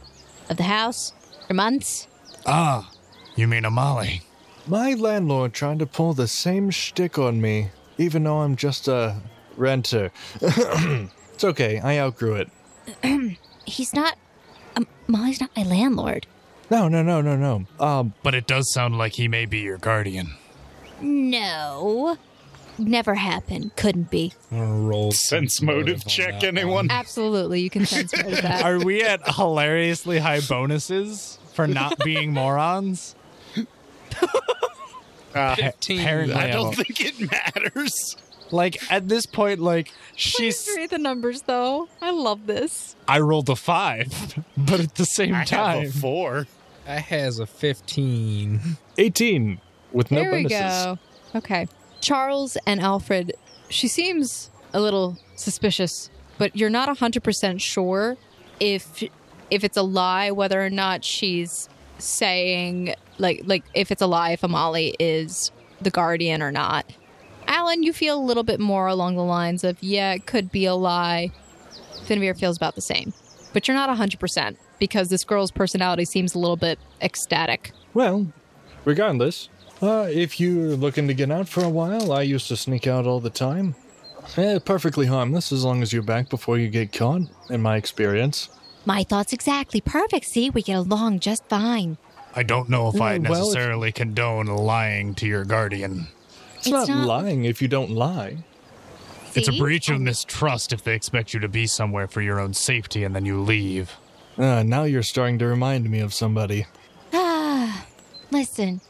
Speaker 1: of the house for months. (clears throat)
Speaker 6: Ah, you mean Amali.
Speaker 3: My landlord tried to pull the same shtick on me, even though I'm just a renter. (coughs) it's okay, I outgrew it.
Speaker 1: He's not. Um, Molly's not my landlord.
Speaker 3: No, Oh, no, no, no, no. Um,
Speaker 6: But it does sound like he may be your guardian.
Speaker 1: No, never happened. Couldn't be.
Speaker 5: I'm gonna roll
Speaker 4: Sense motive check,
Speaker 5: on
Speaker 6: (laughs)
Speaker 5: that
Speaker 4: anyone?
Speaker 1: Absolutely, (laughs) you can sense that.
Speaker 2: Are we at hilariously high bonuses for not being morons?
Speaker 4: Uh,
Speaker 2: Pa- apparently
Speaker 4: I
Speaker 2: I'm-
Speaker 4: don't think it matters.
Speaker 2: like at this point, like she's
Speaker 1: the numbers though. I love this.
Speaker 2: I rolled a five,
Speaker 3: (laughs)
Speaker 2: but at the same
Speaker 4: I have a
Speaker 2: time,
Speaker 4: four.
Speaker 5: I has a 15.
Speaker 3: 18 with no
Speaker 1: there we
Speaker 3: bonuses.
Speaker 1: go. Okay. Charles and Alfred, she seems a little suspicious, but you're not 100% sure if if it's a lie whether or not she's saying like like if it's a lie if Amali is the guardian or not. Alan, you feel a little bit more along the lines of yeah, it could be a lie. Finvir feels about the same. But you're not 100% because this girl's personality seems a little bit ecstatic.
Speaker 3: Well, regardless, uh, if you're looking to get out for a while, I used to sneak out all the time. Eh, perfectly harmless as long as you're back before you get caught, in my experience.
Speaker 1: My thoughts exactly. Perfect. See, we get along just fine.
Speaker 6: I don't know if I
Speaker 3: Mm, well, if-
Speaker 6: necessarily condone lying to your guardian.
Speaker 3: It's, not, Um, lying if you don't lie.
Speaker 6: It's a
Speaker 1: See?
Speaker 6: breach of mistrust if they expect you to be somewhere for your own safety and then you leave.
Speaker 3: Uh, now you're starting to remind me of somebody.
Speaker 1: Ah, listen.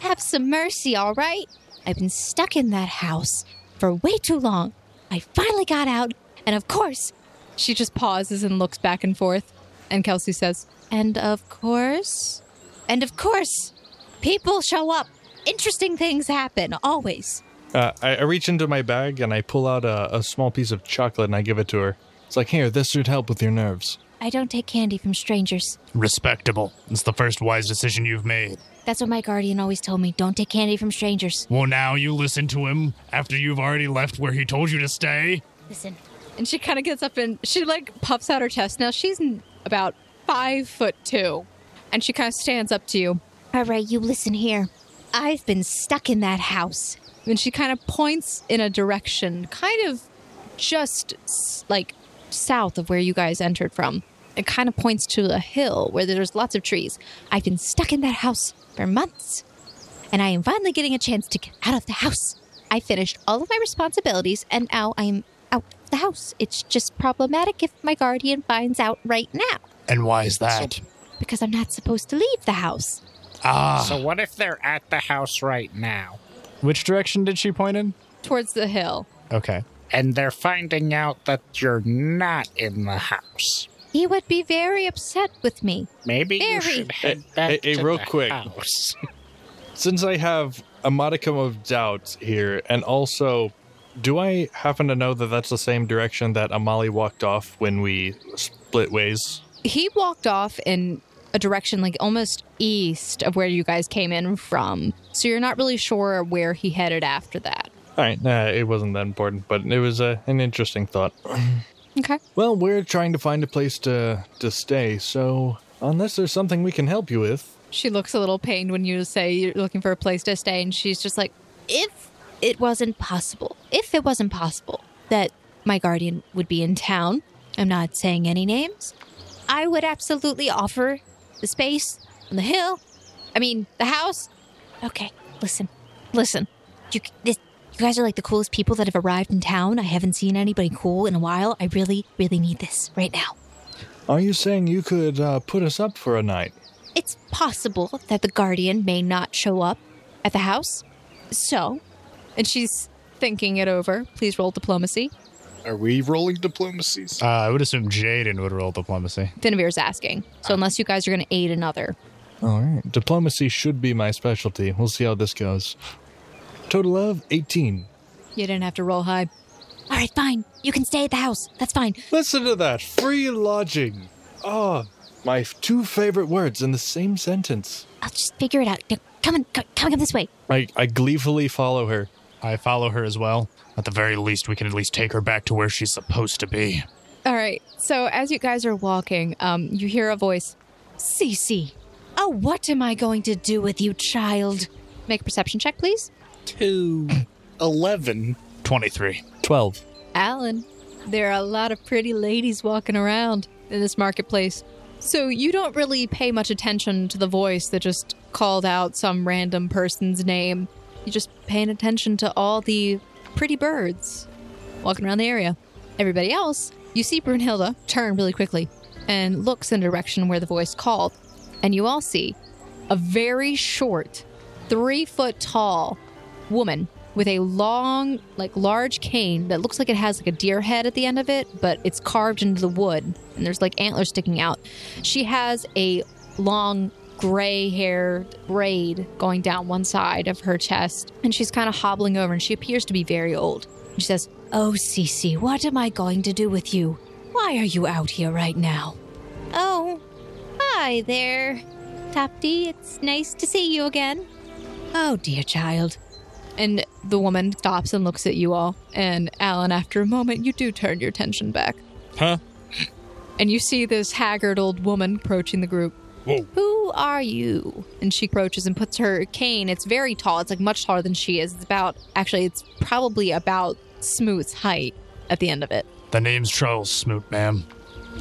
Speaker 1: Have some mercy, all right? I've been stuck in that house for way too long. I finally got out, and of course. She just pauses and looks back and forth, and Kelsey says, And of course. And of course. People show up. Interesting things happen, always.
Speaker 3: Uh, I, I reach into my bag and I pull out a, a small piece of chocolate and I give it to her. It's like, here, this should help with your nerves.
Speaker 1: I don't take candy from strangers.
Speaker 6: Respectable. It's the first wise decision you've made.
Speaker 1: That's what my guardian always told me. Don't take candy from strangers.
Speaker 6: Well, now you listen to him after you've already left where he told you to stay.
Speaker 1: Listen. And she kind of gets up and she like puffs out her chest. Now she's n- about five foot two, and she kind of stands up to you. All right, you listen here. I've been stuck in that house. And she kind of points in a direction, kind of just s- like south of where you guys entered from. It kind of points to a hill where there's lots of trees. I've been stuck in that house for months and I am finally getting a chance to get out of the house. I finished all of my responsibilities, and now I am out of the house. It's just problematic if my guardian finds out right now
Speaker 6: And why is that?
Speaker 1: because I'm not supposed to leave the house.
Speaker 6: Ah,
Speaker 7: So what if they're at the house right now
Speaker 2: which direction did she point in?
Speaker 1: Towards the hill.
Speaker 2: Okay.
Speaker 7: and they're finding out that you're not in the house?
Speaker 1: He would be very upset with me.
Speaker 7: Maybe
Speaker 1: Very.
Speaker 7: you should head
Speaker 3: Hey,
Speaker 7: back
Speaker 3: hey, hey,
Speaker 7: to
Speaker 3: real
Speaker 7: the
Speaker 3: quick.
Speaker 7: house.
Speaker 3: (laughs) Since I have a modicum of doubt here, and also, do I happen to know that that's the same direction that Amali walked off when we split ways?
Speaker 1: He walked off in a direction like almost east of where you guys came in from. So you're not really sure where he headed after that.
Speaker 3: All right, uh, it wasn't that important, but it was uh, an interesting thought.
Speaker 1: Okay.
Speaker 3: Well, we're trying to find a place to to stay, so unless there's something we can help you with,
Speaker 1: She looks a little pained when you say you're looking for a place to stay, and she's just like, if it wasn't possible, if it wasn't possible that my guardian would be in town, I'm not saying any names, I would absolutely offer the space on the hill. I mean, the house. Okay, listen, listen. You, this, you guys are like the coolest people that have arrived in town. I haven't seen anybody cool in a while. I really, really need this right now.
Speaker 3: are you saying you could uh, put us up for a night?
Speaker 1: It's possible that the guardian may not show up at the house. So, and she's thinking it over. Please roll diplomacy.
Speaker 4: Are we rolling diplomacies?
Speaker 6: Uh, I would assume Jaden would roll diplomacy.
Speaker 1: Finavir's asking. So, unless you guys are going to aid another,
Speaker 3: All right, diplomacy should be my specialty. We'll see how this goes. Total of eighteen.
Speaker 1: you didn't have to roll high. All right, fine. You can stay at the house. That's fine.
Speaker 3: Listen to that free lodging. Oh, my f- two favorite words in the same sentence.
Speaker 1: I'll just figure it out. No, Come on, come, come this way.
Speaker 3: I, I gleefully follow her.
Speaker 6: I follow her as well. At the very least, we can at least take her back to where she's supposed to be.
Speaker 1: All right. So, as you guys are walking, um, you hear a voice Cece. Oh, what am I going to do with you, child? Make a perception check, please.
Speaker 5: Two.
Speaker 4: 11.
Speaker 6: 23.
Speaker 3: Twelve.
Speaker 1: Alan, there are a lot of pretty ladies walking around in this marketplace. So you don't really pay much attention to the voice that just called out some random person's name. You're just paying attention to all the pretty birds walking around the area. Everybody else, you see Brunhilde turn really quickly and looks in the direction where the voice called. And you all see a very short, three foot tall woman with a long, like large cane that looks like it has like a deer head at the end of it, but it's carved into the wood and there's like antlers sticking out. She has a long gray haired braid going down one side of her chest and she's kind of hobbling over and she appears to be very old. She says, Oh, Cece, what am I going to do with you? Why are you out here right now? Oh, hi there, Topty. It's nice to see you again. Oh, dear child. And the woman stops and looks at you all. And Alan, after a moment, you do turn your attention back.
Speaker 5: Huh?
Speaker 1: And you see this haggard old woman approaching the group.
Speaker 5: Whoa.
Speaker 1: Who are you? And she approaches and puts her cane. It's very tall. It's like much taller than she is. It's about, actually, it's probably about Smoot's height at the end of it.
Speaker 6: The name's Charles Smoot, ma'am.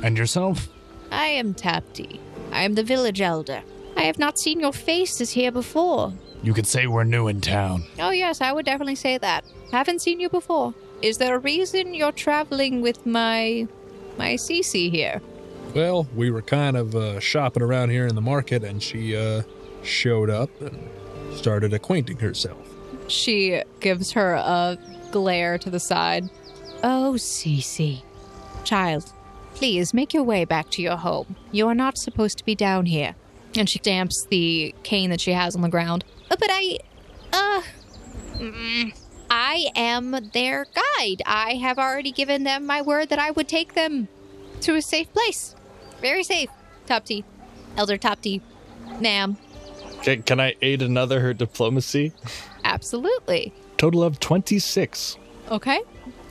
Speaker 6: And yourself?
Speaker 1: I am Tapti. I am the village elder. I have not seen your faces here before.
Speaker 6: You could say we're new in town.
Speaker 1: Oh, yes, I would definitely say that. Haven't seen you before. Is there a reason you're traveling with my. my Cece here?
Speaker 5: Well, we were kind of uh, shopping around here in the market, and she uh, showed up and started acquainting herself.
Speaker 1: She gives her a glare to the side. Oh, Cece. Child, please make your way back to your home. You are not supposed to be down here. And she stamps the cane that she has on the ground. "Uh, But I. Uh. mm, I am their guide. I have already given them my word that I would take them to a safe place. Very safe. Top T. Elder Top T. Nam.
Speaker 3: Can, can I aid another her diplomacy?
Speaker 1: Absolutely.
Speaker 3: Total of 26.
Speaker 1: Okay.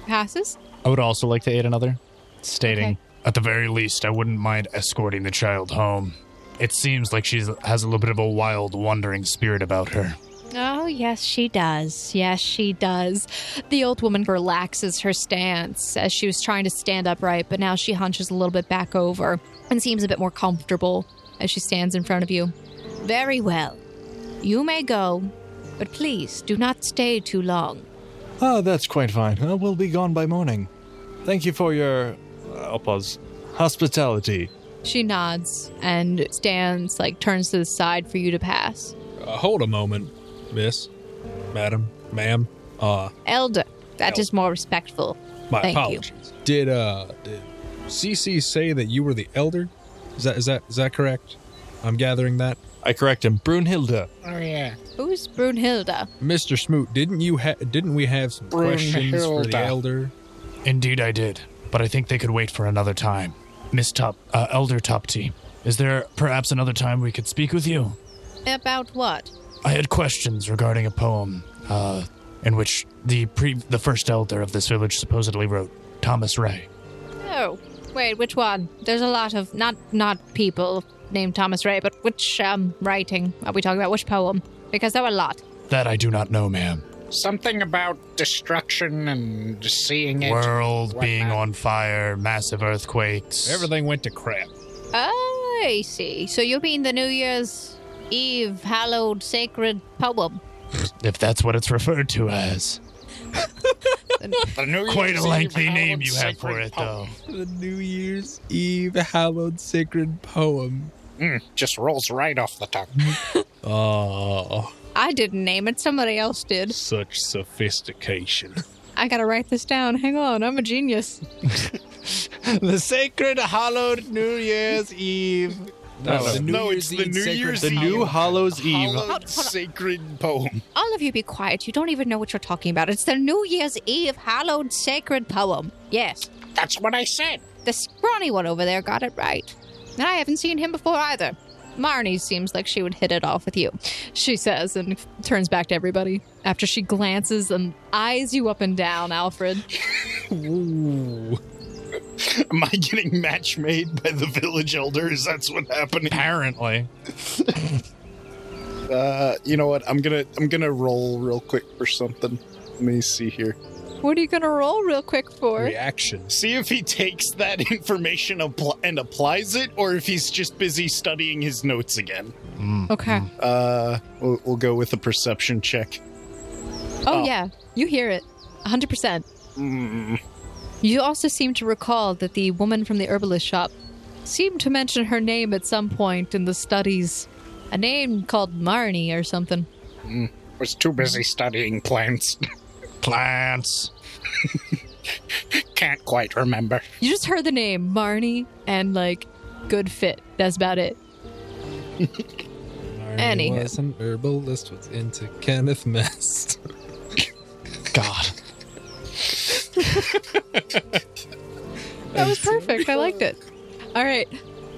Speaker 1: Passes.
Speaker 2: I would also like to aid another, stating
Speaker 1: Okay.
Speaker 6: At the very least, I wouldn't mind escorting the child home. It seems like she has a little bit of a wild, wandering spirit about her.
Speaker 1: Oh, yes, she does. Yes, she does. The old woman relaxes her stance as she was trying to stand upright, but now she hunches a little bit back over and seems a bit more comfortable as she stands in front of you. Very well. You may go, but please do not stay too long.
Speaker 3: Ah, that's quite fine. Uh, we'll be gone by morning. Thank you for your. Uh, I'll pause. Hospitality.
Speaker 1: She nods and stands, like, turns to the side for you to pass.
Speaker 5: Uh, hold a moment, miss, madam, ma'am. Uh,
Speaker 1: Elder, that is more respectful.
Speaker 5: my
Speaker 1: Thank you.
Speaker 5: apologies. Did uh, did CC say that you were the elder? Is that is that is that correct? I'm gathering that.
Speaker 3: I correct him. Brunhilde.
Speaker 7: Oh, yeah.
Speaker 1: Who's Brunhilda?
Speaker 5: Mr. Smoot, didn't you ha- didn't we have some questions for
Speaker 7: Brunhilde.
Speaker 5: the elder?
Speaker 6: Indeed, I did, but I think they could wait for another time. Miss Top, uh, Elder Topty, Is there perhaps another time we could speak with you?
Speaker 1: About what?
Speaker 6: I had questions regarding a poem uh, in which the pre- the first elder of this village supposedly wrote, Thomas Ray.
Speaker 1: Oh, wait, which one? There's a lot of not not people named Thomas Ray, but which um writing are we talking about? Which poem? Because there were a lot.
Speaker 6: That I do not know, ma'am.
Speaker 7: Something about destruction and seeing it.
Speaker 6: World
Speaker 7: What
Speaker 6: being
Speaker 7: now?
Speaker 6: on fire, massive earthquakes.
Speaker 5: Everything went to crap.
Speaker 1: I see. So you mean the New Year's Eve hallowed sacred (laughs) poem?
Speaker 6: If that's what it's referred to as.
Speaker 7: The New
Speaker 6: (laughs) Quite
Speaker 7: Year's
Speaker 6: a
Speaker 7: Eve
Speaker 6: lengthy name
Speaker 7: hallowed
Speaker 6: you have for
Speaker 7: sacred
Speaker 6: it, though.
Speaker 7: poem.
Speaker 5: The New Year's Eve hallowed sacred poem.
Speaker 7: Mm, just rolls right off the tongue.
Speaker 5: (laughs) Oh,
Speaker 1: I didn't name it. Somebody else did.
Speaker 5: such sophistication.
Speaker 1: I gotta write this down. Hang on, I'm a genius.
Speaker 2: the sacred hallowed New Year's Eve.
Speaker 5: No, the New
Speaker 4: no,
Speaker 5: Year's
Speaker 4: it's the
Speaker 5: Eve
Speaker 4: New
Speaker 5: sacred
Speaker 4: Year's
Speaker 3: The
Speaker 4: Eve.
Speaker 3: new Hollow's Eve.
Speaker 4: Hallowed sacred poem.
Speaker 1: All of you be quiet. You don't even know what you're talking about. It's the New Year's Eve hallowed sacred poem. Yes.
Speaker 7: That's what I said.
Speaker 1: The scrawny one over there got it right. And I haven't seen him before either. Marnie seems like she would hit it off with you, she says, and turns back to everybody after she glances and eyes you up and down, Alfred.
Speaker 4: Ooh. (laughs) Am I getting match made by the village elder? Is that's what happening?
Speaker 6: Apparently.
Speaker 4: (laughs) Uh, you know what? I'm gonna I'm gonna roll real quick for something. Let me see here.
Speaker 1: What are you going to roll real quick for?
Speaker 5: Reactions.
Speaker 4: See if he takes that (laughs) information appl- and applies it, or if he's just busy studying his notes again.
Speaker 1: Okay.
Speaker 4: Uh, we'll, we'll go with a perception check.
Speaker 1: Oh, yeah. You hear it. 100%.
Speaker 4: Mm,
Speaker 1: You also seem to recall that the woman from the herbalist shop seemed to mention her name at some point in the studies. A name called Marnie or something.
Speaker 7: Mm. Was too busy
Speaker 5: Mm.
Speaker 7: studying plants. (laughs)
Speaker 6: Plants.
Speaker 7: Can't quite remember.
Speaker 1: You just heard the name Marnie and like good fit. That's about it.
Speaker 5: Marnie
Speaker 1: Anywho.
Speaker 5: was an herbalist was into Kenneth Mist.
Speaker 6: God.
Speaker 1: That was perfect. I liked it. All right.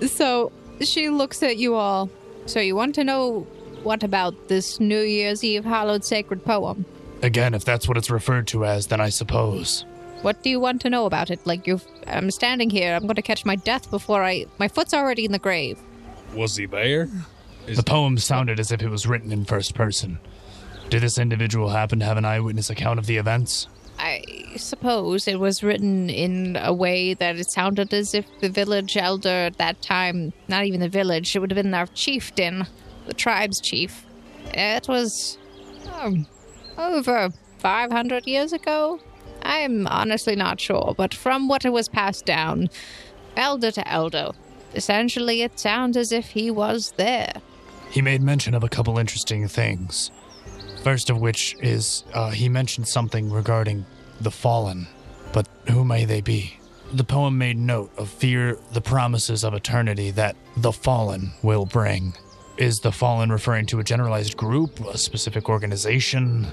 Speaker 1: So she looks at you all. So you want to know what about this New Year's Eve hallowed sacred poem?
Speaker 6: Again, if that's what it's referred to as, then I suppose.
Speaker 1: What do you want to know about it? Like you I'm standing here. I'm going to catch my death before I my foot's already in the grave.
Speaker 5: Was he there?
Speaker 6: The poem sounded as if it was written in first person. Did this individual happen to have an eyewitness account of the events?
Speaker 1: I suppose it was written in a way that it sounded as if the village elder at that time, not even the village, it would have been our chieftain, the tribe's chief. It was um, over 500 years ago. I am honestly not sure, but from what it was passed down, elder to elder, essentially it sounds as if he was there.
Speaker 6: He made mention of a couple interesting things. First of which is uh, he mentioned something regarding the fallen, but who may they be? The poem made note of fear, the promises of eternity that the fallen will bring. Is the fallen referring to a generalized group, a specific organization?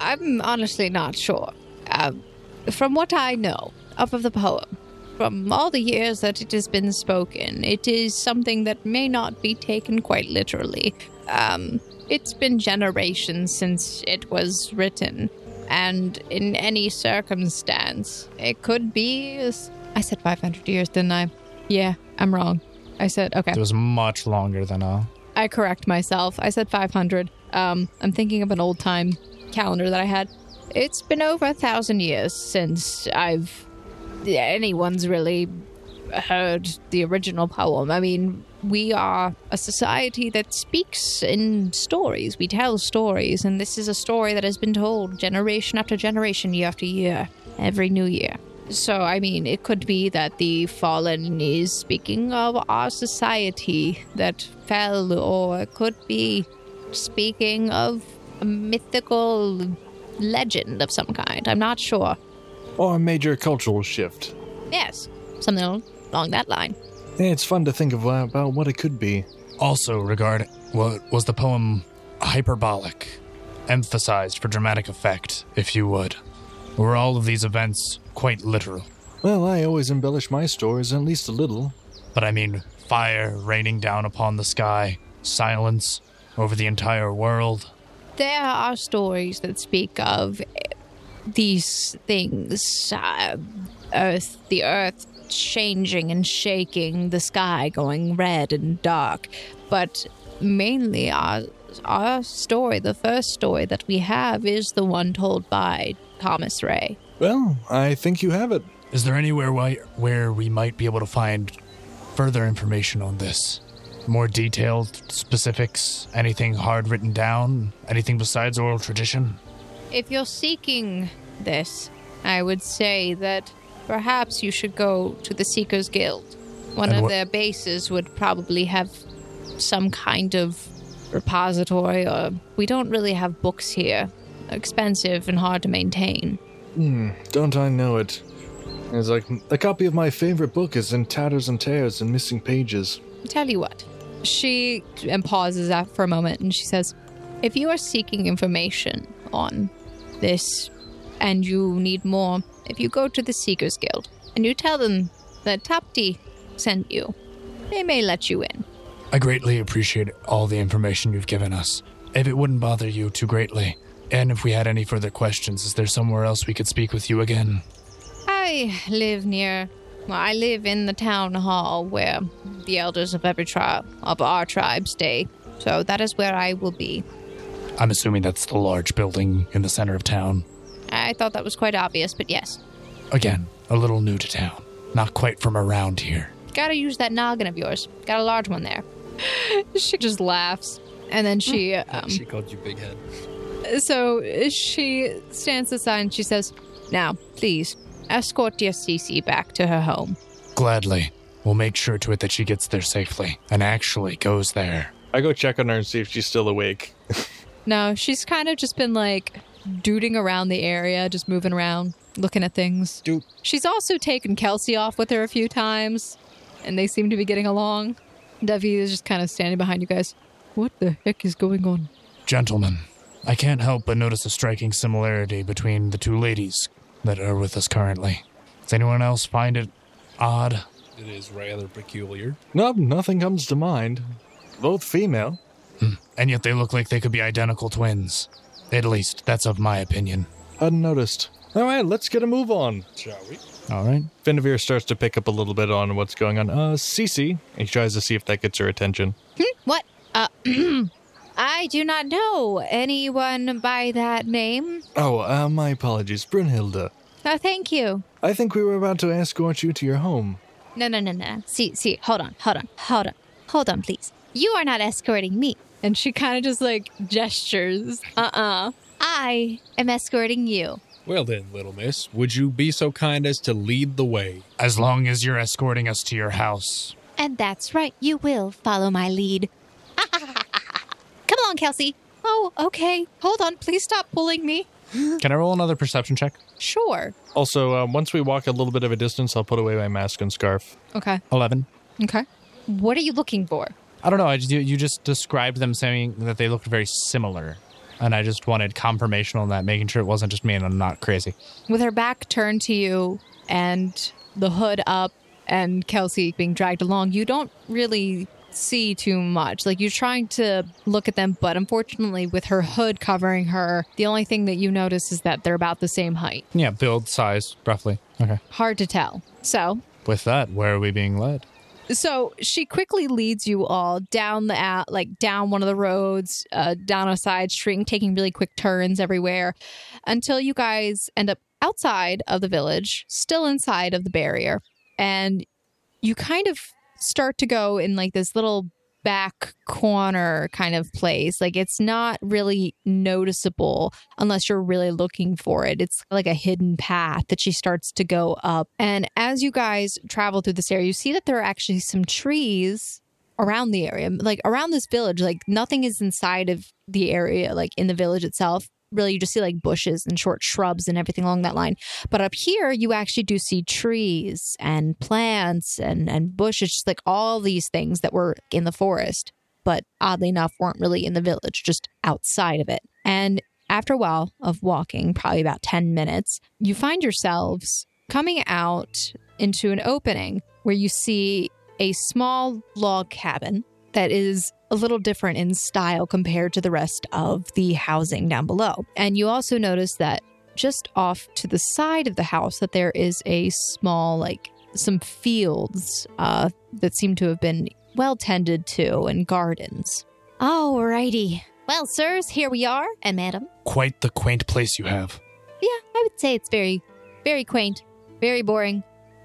Speaker 1: I'm honestly not sure. Um, from what I know of the poem, from all the years that it has been spoken, it is something that may not be taken quite literally. Um, it's been generations since it was written, and in any circumstance, it could be. as- I said 500 years, didn't I? Yeah, I'm wrong. I said, okay.
Speaker 2: It was much longer than uh, a.
Speaker 1: I correct myself. I said 500. Um, I'm thinking of an old time calendar that I had. It's been over a thousand years since I've yeah, anyone's really heard the original poem. I mean, we are a society that speaks in stories. We tell stories, and this is a story that has been told generation after generation, year after year, every new year. So, I mean, it could be that the fallen is speaking of our society that fell, or it could be speaking of a mythical legend of some kind. I'm not sure.
Speaker 3: Or a major cultural shift.
Speaker 1: Yes, something along that line.
Speaker 3: Yeah, it's fun to think of, uh, about what it could be.
Speaker 6: Also, regarding what was the poem hyperbolic, emphasized for dramatic effect, if you would? Were all of these events quite literal?
Speaker 3: Well, I always embellish my stories at least a little.
Speaker 6: but I mean fire raining down upon the sky, silence over the entire world.
Speaker 1: There are stories that speak of eh, these things uh, earth, the earth changing and shaking, the sky going red and dark. But mainly, our, our story, the first story that we have, is the one told by Thomas Ray.
Speaker 3: Well, I think you have it.
Speaker 6: Is there anywhere why, where we might be able to find further information on this? More detailed specifics? Anything hard written down? Anything besides oral tradition?
Speaker 1: If you're seeking this, I would say that perhaps you should go to the Seekers Guild. One
Speaker 6: And
Speaker 1: of
Speaker 6: what-
Speaker 1: their bases would probably have some kind of repository, or we don't really have books here. Expensive and hard to maintain.
Speaker 3: Hmm, Don't I know it? It's like a copy of my favorite book is in tatters and tears and missing pages.
Speaker 1: Tell you what, she and pauses out for a moment and she says, If you are seeking information on this and you need more, if you go to the Seekers Guild and you tell them that Topti sent you, they may let you in.
Speaker 6: I greatly appreciate all the information you've given us. If it wouldn't bother you too greatly, and if we had any further questions, is there somewhere else we could speak with you again?
Speaker 1: I live near, well, I live in the town hall where the elders of every tribe, of our tribe, stay. So that is where I will be.
Speaker 6: I'm assuming that's the large building in the center of town.
Speaker 1: I thought that was quite obvious, but yes.
Speaker 6: Again, a little new to town, not quite from around here.
Speaker 1: Gotta use that noggin of yours. Got a large one there. (laughs) she just laughs. And then she, um,
Speaker 5: She called you big head.
Speaker 1: so she stands aside and she says, Now, please, escort dear Cece back to her home.
Speaker 6: Gladly. We'll make sure to it that she gets there safely and actually goes there.
Speaker 3: I go check on her and see if she's still awake.
Speaker 1: No, she's kind of just been like dooting around the area, just moving around, looking at things.
Speaker 5: Doot.
Speaker 1: She's also taken Kelsey off with her a few times, and they seem to be getting along. Devi is just kind of standing behind you guys. What the heck is going on?
Speaker 6: Gentlemen, I can't help but notice a striking similarity between the two ladies that are with us currently. Does anyone else find it odd?
Speaker 5: It is rather peculiar.
Speaker 3: Nope, nothing comes to mind. Both female.
Speaker 6: Hmm. And yet they look like they could be identical twins. At least, that's of my opinion.
Speaker 3: Unnoticed. All right, let's get a move on.
Speaker 5: Shall we?
Speaker 6: All right.
Speaker 3: Finavir starts to pick up a little bit on what's going on. Uh, Cece. He tries to see if that gets her attention.
Speaker 1: What? Uh, (clears throat) I do not know anyone by that name.
Speaker 3: Oh, uh, my apologies, Brunhilde.
Speaker 1: No, thank you.
Speaker 3: I think we were about to escort you to your home.
Speaker 1: No, no, no, no. See, see, hold on, hold on, hold on, hold on, please. You are not escorting me. And she kind of just like gestures. Uh uh I am escorting you.
Speaker 5: Well then, little miss, would you be so kind as to lead the way?
Speaker 6: As long as you're escorting us to your house.
Speaker 1: And that's right, you will follow my lead. (laughs) Come along, Kelsey. Oh, okay. Hold on. Please stop pulling me.
Speaker 2: (laughs) Can I roll another perception check?
Speaker 1: Sure.
Speaker 3: Also, uh, once we walk a little bit of a distance, I'll put away my mask and scarf.
Speaker 1: Okay.
Speaker 2: 11.
Speaker 1: Okay. What are you looking for?
Speaker 2: I don't know. I just, you, you just described them saying that they looked very similar. And I just wanted confirmation on that, making sure it wasn't just me and I'm not crazy.
Speaker 1: with her back turned to you and the hood up and Kelsey being dragged along, you don't really see too much. Like you're trying to look at them, but unfortunately, with her hood covering her, the only thing that you notice is that they're about the same height.
Speaker 2: Yeah, build, size, roughly. Okay.
Speaker 1: Hard to tell. So
Speaker 2: With that, where are we being led?
Speaker 1: so she quickly leads you all down the out like down one of the roads uh, down a side street taking really quick turns everywhere until you guys end up outside of the village still inside of the barrier and you kind of start to go in like this little back corner kind of place like it's not really noticeable unless you're really looking for it it's like a hidden path that she starts to go up and as you guys travel through this area you see that there are actually some trees around the area like around this village like nothing is inside of the area like in the village itself really you just see like bushes and short shrubs and everything along that line but up here, you actually do see trees and plants and, and bushes, just like all these things that were in the forest, but oddly enough, weren't really in the village, just outside of it. And after a while of walking, probably about 10 minutes, you find yourselves coming out into an opening where you see a small log cabin that is a little different in style compared to the rest of the housing down below. And you also notice that just off to the side of the house that there is a small like some fields uh, that seem to have been well tended to and gardens. Alrighty. Well, sirs, here we are, and madam.
Speaker 6: Quite the quaint place you have.
Speaker 1: Yeah, I would say it's very, very quaint, very boring.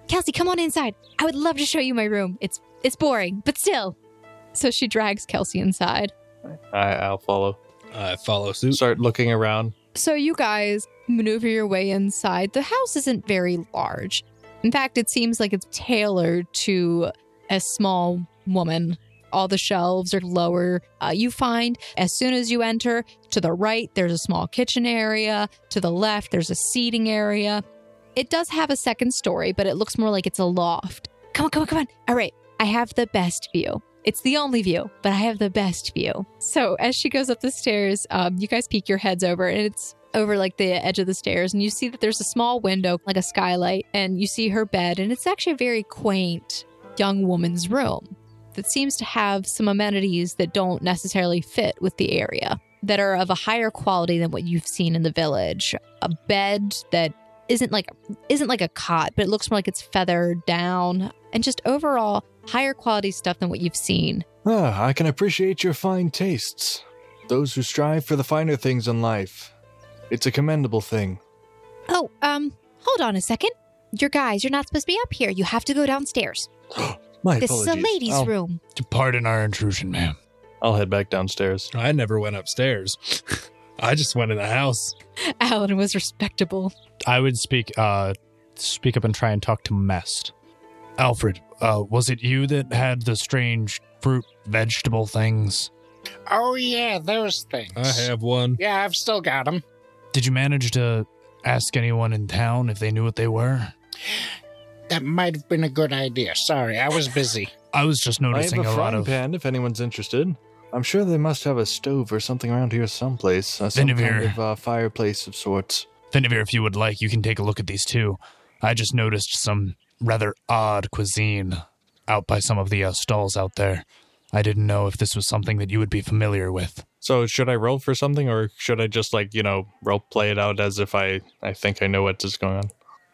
Speaker 1: Kelsey, come on inside. I would love to show you my room. It's it's boring, but still. So she drags Kelsey inside.
Speaker 8: I, I'll follow.
Speaker 5: I follow suit.
Speaker 8: Start looking around.
Speaker 1: So you guys maneuver your way inside. The house isn't very large. In fact, it seems like it's tailored to a small woman. All the shelves are lower. Uh, you find as soon as you enter, to the right, there's a small kitchen area. To the left, there's a seating area. It does have a second story, but it looks more like it's a loft. Come on, come on, come on. All right, I have the best view. It's the only view, but I have the best view. So as she goes up the stairs, um, you guys peek your heads over, and it's over like the edge of the stairs, and you see that there's a small window, like a skylight, and you see her bed, and it's actually a very quaint young woman's room that seems to have some amenities that don't necessarily fit with the area that are of a higher quality than what you've seen in the village. A bed that isn't like isn't like a cot, but it looks more like it's feathered down and just overall higher quality stuff than what you've seen. (laughs)
Speaker 3: Ah, I can appreciate your fine tastes. Those who strive for the finer things in life. It's a commendable thing.
Speaker 1: Oh, um, hold on a second. Your guys, you're not supposed to be up here. You have to go downstairs.
Speaker 3: My
Speaker 1: This
Speaker 3: apologies. Oh.
Speaker 1: is a ladies'
Speaker 3: I'll-
Speaker 1: room.
Speaker 6: Pardon our intrusion, ma'am.
Speaker 8: I'll head back downstairs.
Speaker 5: I never
Speaker 6: (laughs)
Speaker 5: went upstairs. I just went in the house.
Speaker 1: Alan was respectable.
Speaker 2: I would speak uh speak up and try and talk to Mest.
Speaker 6: Alfred, uh, was it you that had the strange fruit vegetable things?
Speaker 7: Oh, yeah, those things.
Speaker 5: I have one.
Speaker 7: Yeah, I've still got them.
Speaker 6: Did you manage to ask anyone in town if they knew what they were?
Speaker 7: That might have been a good idea. Sorry, I was busy.
Speaker 6: I was just
Speaker 3: I have
Speaker 6: noticing
Speaker 3: a
Speaker 6: a, lot
Speaker 3: frying
Speaker 6: of
Speaker 3: pan if anyone's interested. I'm sure they must have a stove or something around here someplace. Uh, some kind
Speaker 6: Vinegar.
Speaker 3: of uh, fireplace of sorts.
Speaker 6: Fenivir, if you would like, you can take a look at these too. I just noticed some rather odd cuisine out by some of the uh, stalls out there. I didn't know if this was something that you would be familiar with.
Speaker 8: So should I roll for something, or should I just like you know role play it out as if I I think I know what is going on?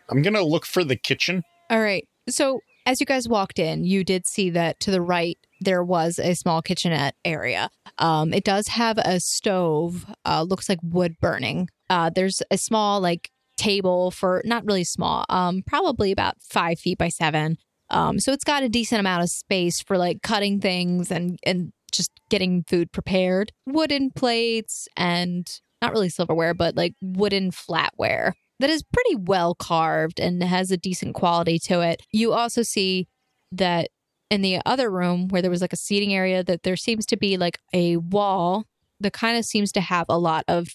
Speaker 4: I'm gonna look for the kitchen.
Speaker 1: All right. So as you guys walked in, you did see that to the right there was a small kitchenette area. Um, it does have a stove. Uh, looks like wood burning. Uh, there's a small like table for not really small. Um, probably about five feet by seven. Um, so it's got a decent amount of space for like cutting things and and just getting food prepared. Wooden plates and not really silverware, but like wooden flatware that is pretty well carved and has a decent quality to it. You also see that in the other room where there was like a seating area that there seems to be like a wall that kind of seems to have a lot of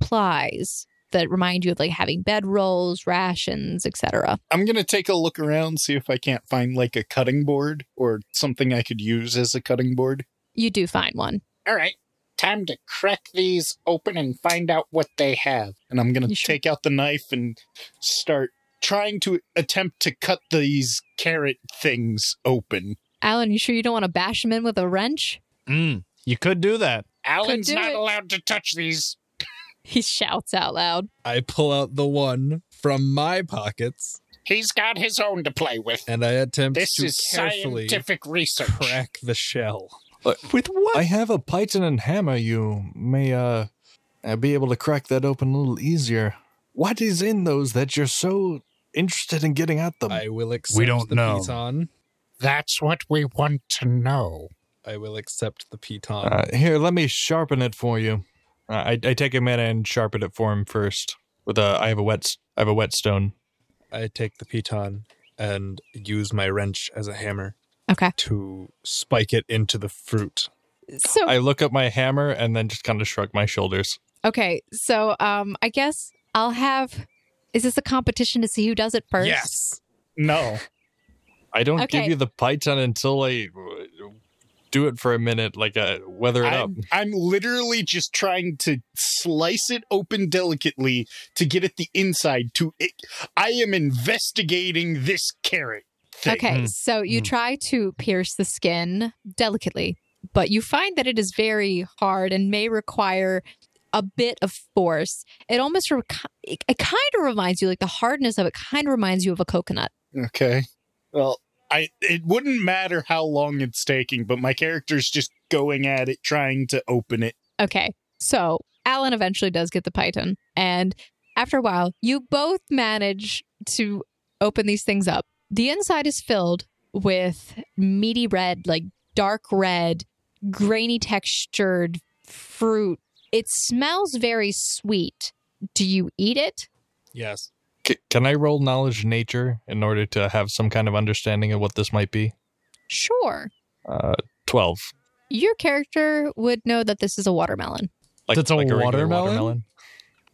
Speaker 1: supplies that remind you of like having bedrolls, rations, etc.
Speaker 4: I'm gonna take a look around, see if I can't find like a cutting board or something I could use as a cutting board.
Speaker 1: You do find one.
Speaker 7: All right, time to crack these open and find out what they have.
Speaker 4: And I'm gonna
Speaker 1: You should-
Speaker 4: take out the knife and start trying to attempt to cut these carrot things open.
Speaker 1: Alan, you sure you don't want to bash him in with a wrench?
Speaker 2: Mm, you could do that.
Speaker 7: Alan's
Speaker 1: do
Speaker 7: not
Speaker 1: it.
Speaker 7: allowed to touch these.
Speaker 1: He shouts out loud.
Speaker 5: I pull out the one from my pockets
Speaker 7: He's got his own to play with.
Speaker 5: and I attempt
Speaker 7: This
Speaker 5: to
Speaker 7: is
Speaker 5: carefully
Speaker 7: scientific research.
Speaker 5: crack the shell.
Speaker 2: With what?
Speaker 3: Uh, I have a python and hammer. You may uh, uh, be able to crack that open a little easier. What is in those that you're so interested in getting at them?
Speaker 5: I will accept
Speaker 6: don't
Speaker 5: the
Speaker 6: know.
Speaker 5: piton.
Speaker 7: That's what we want to know.
Speaker 5: I will accept the piton.
Speaker 8: Uh,
Speaker 3: Here, let me sharpen it for you. Uh,
Speaker 8: I I take a mana and sharpen it for him first. With a I have a wet s- I have a whetstone.
Speaker 5: I take the piton and use my wrench as a hammer
Speaker 1: Okay.
Speaker 5: to spike it into the fruit.
Speaker 1: So
Speaker 8: I look up my hammer and then just kind of shrug my shoulders.
Speaker 1: okay, so um I guess I'll have is this a competition to see who does it first?
Speaker 5: Yes.
Speaker 4: No.
Speaker 8: I don't
Speaker 1: Okay.
Speaker 8: give you the python until I uh, do it for a minute, like uh weather it up.
Speaker 4: I'm, I'm literally just trying to slice it open delicately to get at the inside to it. I am investigating this carrot thing.
Speaker 1: Okay,
Speaker 2: Mm.
Speaker 1: so you try to pierce the skin delicately, but you find that it is very hard and may require a bit of force. It almost re- it, it kind of reminds you, like the hardness of it, kind of reminds you of a coconut.
Speaker 4: Okay. Well, I it wouldn't matter how long it's taking, but my character's just going at it, trying to open it.
Speaker 1: Okay, so Alan eventually does get the python, and after a while, you both manage to open these things up. The inside is filled with meaty red, like dark red, grainy textured fruit. It smells very sweet. Do you eat it?
Speaker 5: Yes.
Speaker 3: C- can I roll knowledge nature in order to have some kind of understanding of what this might be?
Speaker 1: Sure.
Speaker 3: Uh, 12.
Speaker 1: Your character would know that this is a watermelon.
Speaker 3: Like,
Speaker 2: That's a
Speaker 3: regular
Speaker 2: watermelon?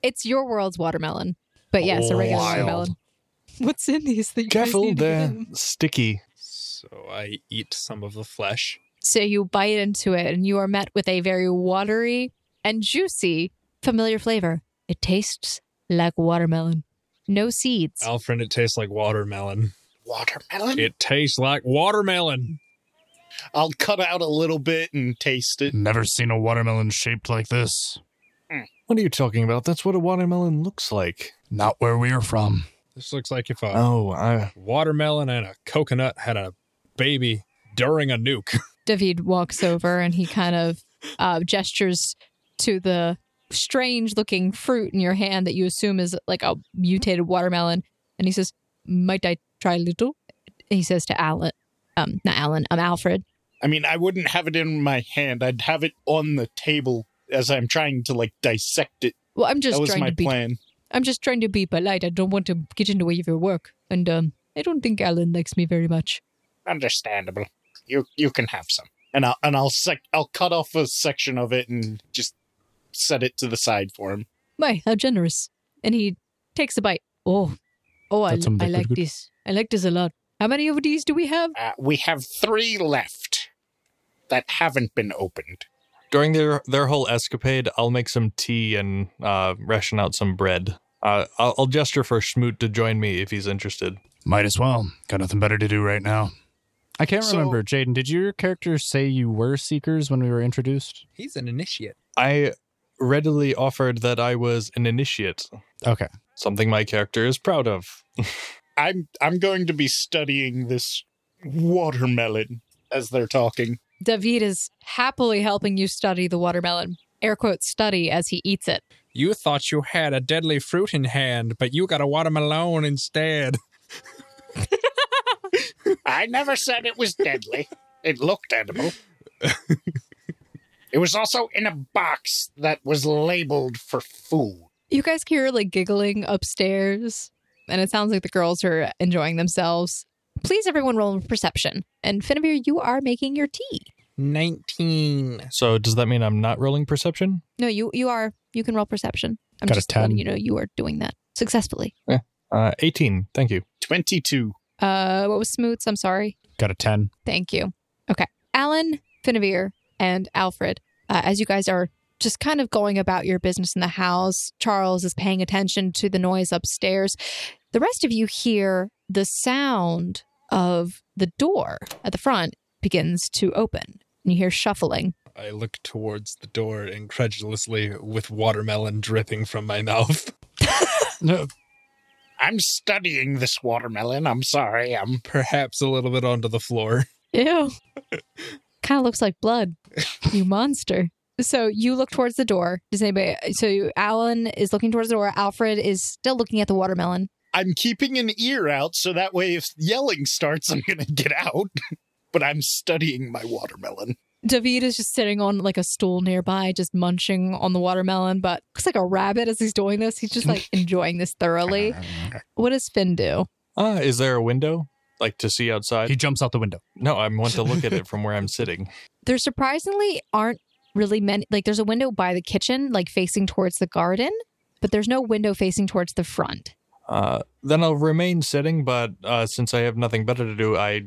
Speaker 1: It's your world's watermelon, but yes, a regular
Speaker 2: Wild.
Speaker 1: watermelon. (laughs) What's in these things?
Speaker 3: Careful, they're sticky.
Speaker 5: So I eat some of the flesh.
Speaker 1: So you bite into it and you are met with a very watery and juicy familiar flavor. It tastes like watermelon. No seeds.
Speaker 5: Alfred, it tastes like watermelon.
Speaker 4: Watermelon?
Speaker 5: It tastes like watermelon.
Speaker 4: I'll cut out a little bit and taste it.
Speaker 6: Never seen a watermelon shaped like this.
Speaker 2: Hmm.
Speaker 3: What are you talking about? That's what a watermelon looks like.
Speaker 6: Not where we're from.
Speaker 5: This looks like if a
Speaker 3: Oh, I.
Speaker 5: watermelon and a coconut had a baby during a nuke. (laughs)
Speaker 1: David walks over and he kind of uh, gestures to the strange looking fruit in your hand that you assume is like a mutated watermelon. And he says, Might I try a little? He says to Alan, um, not Alan, I'm Alfred.
Speaker 4: I mean, I wouldn't have it in my hand. I'd have it on the table as I'm trying to like dissect it.
Speaker 1: Well, I'm just
Speaker 4: that was
Speaker 1: trying
Speaker 4: my
Speaker 1: to be
Speaker 4: plan.
Speaker 1: I'm just trying to be polite. I don't want to get in the way of your work. And um, I don't think Alan likes me very much.
Speaker 7: Understandable. You you can have some.
Speaker 4: And I'll and I'll sec- I'll cut off a section of it and just set it to the side for him.
Speaker 1: My, how generous. And he takes a bite. Oh, oh, I,
Speaker 2: That's some
Speaker 1: I
Speaker 2: liquid
Speaker 1: like
Speaker 2: good.
Speaker 1: this. I like this a lot. How many of these do we have?
Speaker 7: Uh, we have three left that haven't been opened.
Speaker 3: During their, their whole escapade, I'll make some tea and uh, ration out some bread. Uh, I'll, I'll gesture for Schmoot to join me if he's interested.
Speaker 6: Might as well. Got nothing better to do right now.
Speaker 2: I can't
Speaker 4: So-
Speaker 2: remember. Jaden, did your character say you were seekers when we were introduced?
Speaker 5: He's an initiate.
Speaker 3: I readily offered that I was an initiate,
Speaker 2: Okay.
Speaker 3: something my character is proud of.
Speaker 4: I'm I'm going to be studying this watermelon as they're talking.
Speaker 1: David is happily helping you study the watermelon. Air quotes study as he eats it.
Speaker 5: You thought you had a deadly fruit in hand, but you got a watermelon instead.
Speaker 7: I never said it was deadly. it looked edible. it was also in a box that was labeled for food.
Speaker 1: You guys hear like giggling upstairs, and it sounds like the girls are enjoying themselves. Please, everyone, roll perception. And Finnevere, you are making your tea.
Speaker 5: 19.
Speaker 3: So, does that mean I'm not rolling perception?
Speaker 1: No, you you are. You can roll perception. I'm
Speaker 2: Got a
Speaker 1: just letting
Speaker 2: 10.
Speaker 1: you know you are doing that successfully.
Speaker 3: Uh, 18. Thank you.
Speaker 4: Twenty two.
Speaker 1: Uh, what was Smoots? I'm sorry.
Speaker 2: Got a 10.
Speaker 1: Thank you. Okay, Alan, Finnevere, and Alfred. Uh, as you guys are just kind of going about your business in the house, Charles is paying attention to the noise upstairs. The rest of you hear the sound of the door at the front begins to open. And you hear shuffling.
Speaker 5: I look towards the door incredulously with watermelon dripping from my
Speaker 3: (laughs)
Speaker 5: mouth. (laughs)
Speaker 2: No,
Speaker 7: I'm studying this watermelon. I'm sorry. I'm
Speaker 5: Perhaps a little bit onto the floor.
Speaker 1: Ew. (laughs) kind of looks like blood. You monster. So you look towards the door. Does anybody? So you- Alan is looking towards the door. Alfred is still looking at the watermelon.
Speaker 4: I'm keeping an ear out so that way if yelling starts, I'm going to get out. (laughs) but I'm studying my watermelon.
Speaker 1: David is just sitting on like a stool nearby, just munching on the watermelon, but looks like a rabbit as he's doing this. He's just like enjoying this thoroughly. What does Finn do?
Speaker 3: Uh, is there a window? Like to see outside?
Speaker 2: he jumps out the window.
Speaker 3: no, I want to look
Speaker 2: (laughs)
Speaker 3: at it from where I'm sitting.
Speaker 1: There surprisingly aren't really many. Like there's a window by the kitchen, like facing towards the garden, but there's no window facing towards the front.
Speaker 3: Uh, then I'll remain sitting, but uh, since I have nothing better to do, I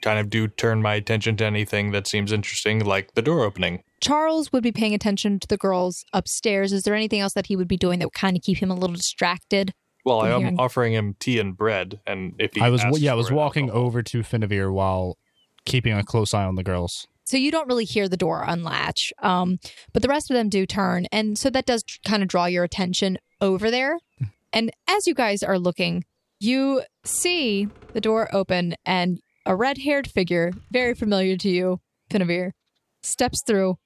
Speaker 3: kind of do turn my attention to anything that seems interesting, like the door opening.
Speaker 1: Charles would be paying attention to the girls upstairs. Is there anything else that he would be doing that would kind of keep him a little distracted?
Speaker 8: Well, I
Speaker 1: I'm
Speaker 8: am
Speaker 1: hearing-
Speaker 8: offering him tea and bread, and if he
Speaker 2: I was
Speaker 8: asks
Speaker 2: yeah, I was
Speaker 8: for it,
Speaker 2: walking
Speaker 8: I'll-
Speaker 2: over to Finavir while keeping a close eye on the girls.
Speaker 1: So you don't really hear the door unlatch, um, but the rest of them do turn. And so that does kind of draw your attention over there. And as you guys are looking, you see the door open and a red haired figure, very familiar to you, Pinavere, steps through,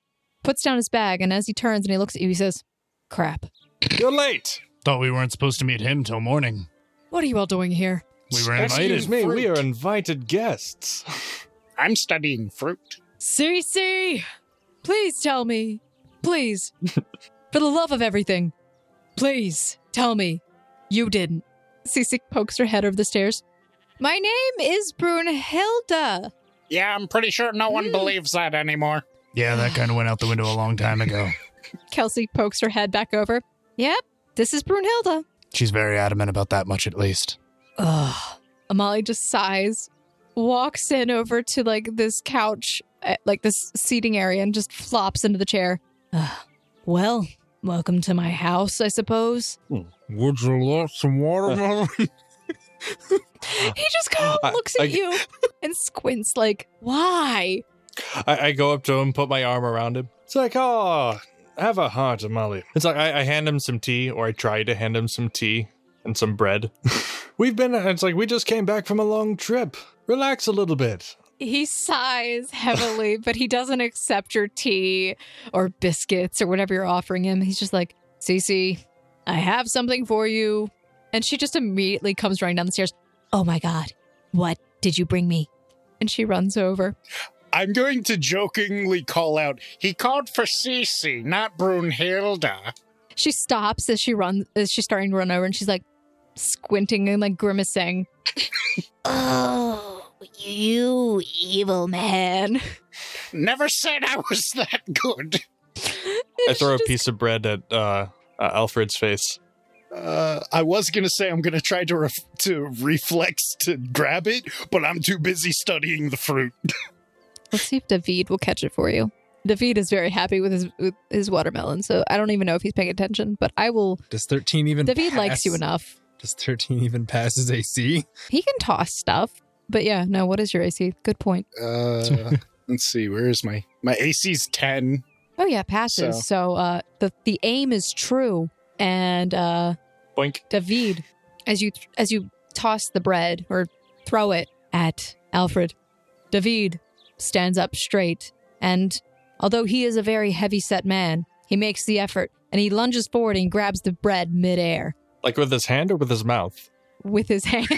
Speaker 1: puts down his bag. And as he turns and he looks at you, he says, Crap.
Speaker 3: You're late.
Speaker 6: Thought we weren't supposed to meet him till morning.
Speaker 1: What are you all doing here?
Speaker 6: We were
Speaker 7: Excuse
Speaker 6: invited.
Speaker 3: Excuse me, we
Speaker 7: fruit.
Speaker 3: are invited guests.
Speaker 7: I'm studying fruit.
Speaker 1: Cece, please tell me. Please. For the love of everything. Please tell me you didn't. Cece pokes her head over the stairs. My name is Brunhilda.
Speaker 7: Yeah, I'm pretty sure no one believes that anymore.
Speaker 6: Yeah, that kind of went out the window a long time
Speaker 4: (laughs)
Speaker 6: ago.
Speaker 1: Kelsey pokes her head back over. Yep, this is Brunhilda.
Speaker 6: She's very adamant about that much, at least.
Speaker 1: Ugh. Amali just sighs, walks in over to like this couch, eh, like this seating area, and just flops into the chair. (sighs) Ugh. Well, welcome to my house, I suppose.
Speaker 5: Mm. Would you like some watermelon?
Speaker 1: He just kind
Speaker 3: I-
Speaker 1: of looks at
Speaker 3: I-
Speaker 1: you and squints like, why?
Speaker 3: I, I go up to him, put my arm around him. It's like, oh, have a heart, Amali. It's like I, I hand him some tea, or I try to hand him some tea and some
Speaker 2: (laughs)
Speaker 3: bread. We've been. It's like we just came back from a long trip. Relax a little bit.
Speaker 1: He
Speaker 3: (laughs)
Speaker 1: sighs heavily, but he doesn't accept your tea or biscuits or whatever you're offering him. He's just like, Cece, I have something for you. And she just immediately comes running down the stairs. Oh my God, what did you bring me? And she runs over.
Speaker 4: I'm going to jokingly call out.
Speaker 7: He called for Cece, not Brunhilde.
Speaker 1: She stops as she runs, as she's starting to run over, and she's like squinting and like grimacing. oh, you evil man.
Speaker 7: Never said I was that good.
Speaker 8: I throw a piece of bread at uh, uh, Alfred's face.
Speaker 4: Uh, I was gonna say I'm gonna try to ref- to reflex to grab it, but I'm too busy studying the fruit.
Speaker 1: Let's see if David will catch it for you. David is very happy with his with his watermelon, so I don't even know if he's paying attention. But I will.
Speaker 5: Does 13 even
Speaker 1: David likes
Speaker 5: pass-
Speaker 1: you enough.
Speaker 5: Does 13 even pass his AC?
Speaker 1: He can toss stuff. But yeah, no. What is your AC? Good point.
Speaker 4: Uh, let's see. Where is my my AC's ten?
Speaker 1: Oh yeah, passes.
Speaker 4: So-
Speaker 1: So, uh, the the aim is true. And uh,
Speaker 8: Boink.
Speaker 1: David, as you as you toss the bread or throw it at Alfred, David stands up straight, and although he is a very heavy set man, he makes the effort and he lunges forward and grabs the bread midair.
Speaker 8: Like with his hand or with his mouth?
Speaker 1: with his hand.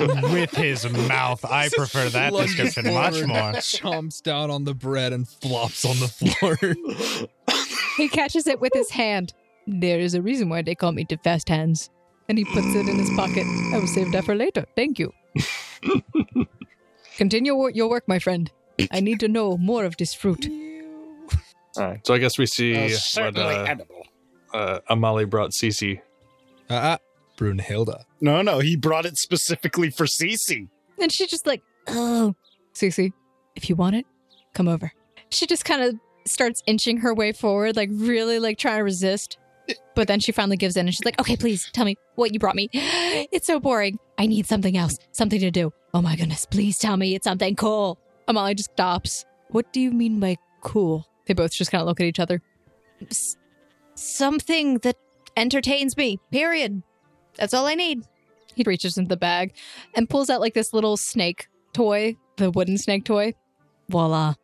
Speaker 6: With his mouth. I prefer that
Speaker 5: Lunges
Speaker 6: description much
Speaker 5: forward,
Speaker 6: more.
Speaker 5: Chomps down on the bread and flops on the floor.
Speaker 1: he catches it with his hand. There is a reason why they call me the fast hands. And he puts it in his pocket. I will save that for later. Thank you. Continue wo- your work, my friend. I need to know more of this fruit.
Speaker 8: All right. So I guess we see
Speaker 7: Uh,
Speaker 8: what
Speaker 7: certainly
Speaker 8: uh,
Speaker 7: edible.
Speaker 8: uh, Amali brought Cece.
Speaker 5: uh, uh, Brunhilda.
Speaker 4: No, no, he brought it specifically for Cece.
Speaker 1: And she's just like, oh, Cece, if you want it, come over. She just kind of starts inching her way forward, like really like trying to resist. But then she finally gives in and she's like, okay, please tell me what you brought me. (gasps) It's so boring. I need something else, something to do. Oh my goodness, please tell me it's something cool. Amali just stops. What do you mean by cool? They both just kind of look at each other. S- something that entertains me, period. That's all I need. He reaches into the bag and pulls out like this little snake toy, the wooden snake toy. Voila.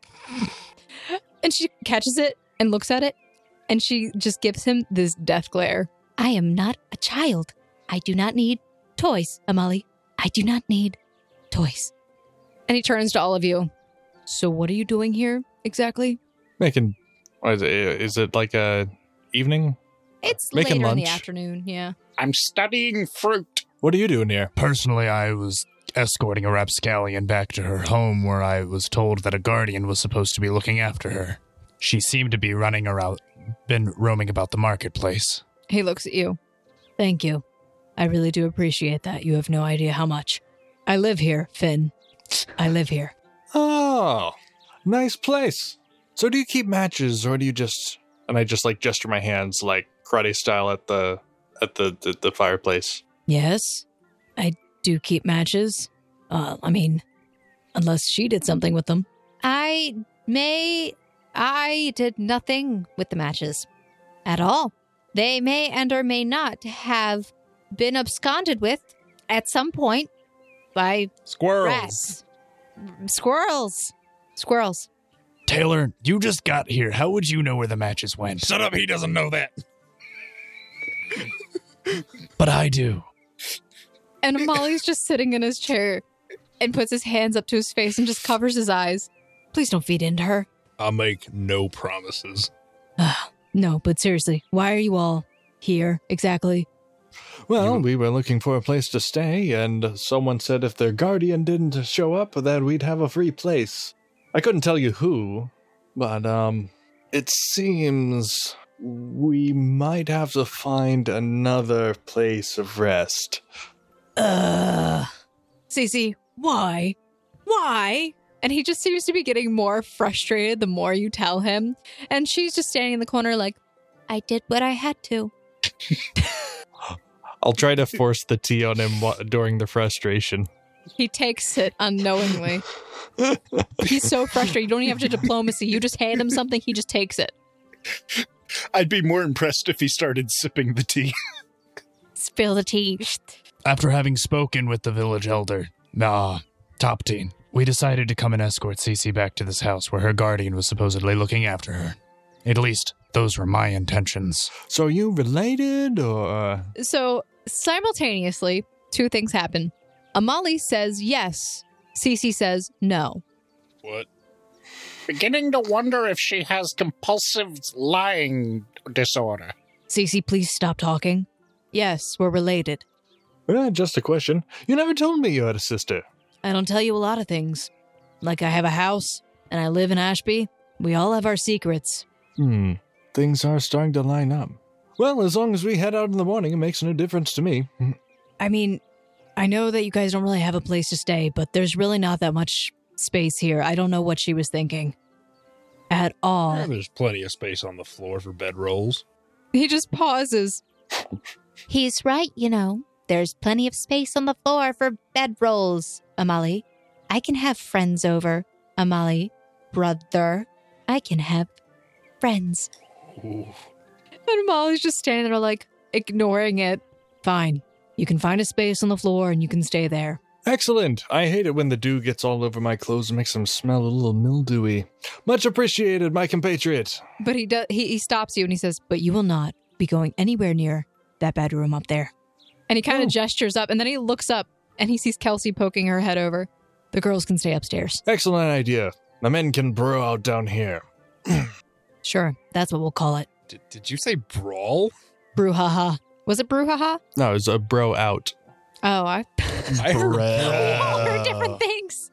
Speaker 1: and she catches it and looks at it and she just gives him this death glare. I am not a child. I do not need toys, Amali. I do not need toys. And he turns to all of you. So, what are you doing here exactly?
Speaker 8: Making. What is it? Is it like a evening?
Speaker 1: It's
Speaker 8: Making
Speaker 1: later in the
Speaker 8: lunch.
Speaker 1: afternoon, yeah.
Speaker 7: I'm studying fruit.
Speaker 8: What are you doing here?
Speaker 6: Personally, I was escorting a rapscallion back to her home where I was told that a guardian was supposed to be looking after her. She seemed to be running around, been roaming about the marketplace.
Speaker 1: He looks at you. Thank you. I really do appreciate that. You have no idea how much. I live here, Finn. I live here.
Speaker 3: Oh, nice place. So, do you keep matches, or do you just?
Speaker 8: And I just like gesture my hands like karate style at the at the, the, the fireplace.
Speaker 9: Yes, I do keep matches. Uh, I mean, unless she did something with them.
Speaker 1: I may. I did nothing with the matches at all. They may and or may not have been absconded with at some point by
Speaker 5: Squirrels.
Speaker 1: rats. Squirrels. Squirrels.
Speaker 6: Taylor, you just got here. How would you know where the matches went?
Speaker 5: Shut up, he doesn't know that.
Speaker 6: But I do.
Speaker 1: And Molly's just sitting in his chair and puts his hands up to his face and just covers his eyes.
Speaker 9: Please don't feed into her.
Speaker 5: (laughs) I make no promises.
Speaker 9: No, but seriously, why are you all here exactly?
Speaker 3: Well, we were looking for a place to stay, and someone said if their guardian didn't show up, that we'd have a free place. I couldn't tell you who, but um, it seems we might have to find another place of rest.
Speaker 9: Uh, Cece, why? Why?
Speaker 1: And he just seems to be getting more frustrated the more you tell him. And she's just standing in the corner, like, I did what I had to.
Speaker 8: I'll try to force the tea on him wa- during the frustration.
Speaker 1: He takes it unknowingly. He's so frustrated. You don't even have to diplomacy. You just hand him something, he just takes it.
Speaker 4: I'd be more impressed if he started sipping the tea.
Speaker 1: Spill the tea.
Speaker 6: After having spoken with the village elder, nah, top teen, we decided to come and escort Cece back to this house where her guardian was supposedly looking after her. At least, those were my intentions.
Speaker 3: So, are you related,
Speaker 5: uh?
Speaker 3: or
Speaker 1: So simultaneously, two things happen. Amali says yes. Cece says no.
Speaker 4: What?
Speaker 7: Beginning to wonder if she has compulsive lying disorder.
Speaker 9: Cece, please stop talking. Yes, we're related.
Speaker 3: Eh, just a question? You never told me you had a sister.
Speaker 9: I don't tell you a lot of things. Like I have a house and I live in Ashby. We all have our secrets.
Speaker 3: Hmm. Things are starting to line up. Well, as long as we head out in the morning, it makes no difference to me.
Speaker 9: I mean, I know that you guys don't really have a place to stay, but there's really not that much space here. I don't know what she was thinking at all.
Speaker 5: Oh, there's plenty of space on the floor for bedrolls.
Speaker 1: He just pauses. He's right, you know. There's plenty of space on the floor for bedrolls, Amali. I can have friends over, Amali. Brother, I can have friends. And Amali's just standing there, like, ignoring it.
Speaker 9: Fine. You can find a space on the floor and you can stay there.
Speaker 3: Excellent. I hate it when the dew gets all over my clothes and makes them smell a little mildewy. Much appreciated, my compatriot.
Speaker 1: But he, does. he, he stops you and he says,
Speaker 9: But you will not be going anywhere near Oh. that bedroom up there.
Speaker 1: and he kind of gestures up and then he looks up and he sees Kelsey poking her head over.
Speaker 9: The girls can stay upstairs.
Speaker 3: Excellent idea. The men can brew out down here.
Speaker 9: Sure, that's what we'll call it.
Speaker 5: Did, did you say brawl? (laughs)
Speaker 9: Brouhaha.
Speaker 1: Was it
Speaker 9: Uh-huh.
Speaker 1: brouhaha?
Speaker 8: No, it's a bro out.
Speaker 1: Oh, I
Speaker 5: (laughs) I (laughs) heard
Speaker 1: all her different things.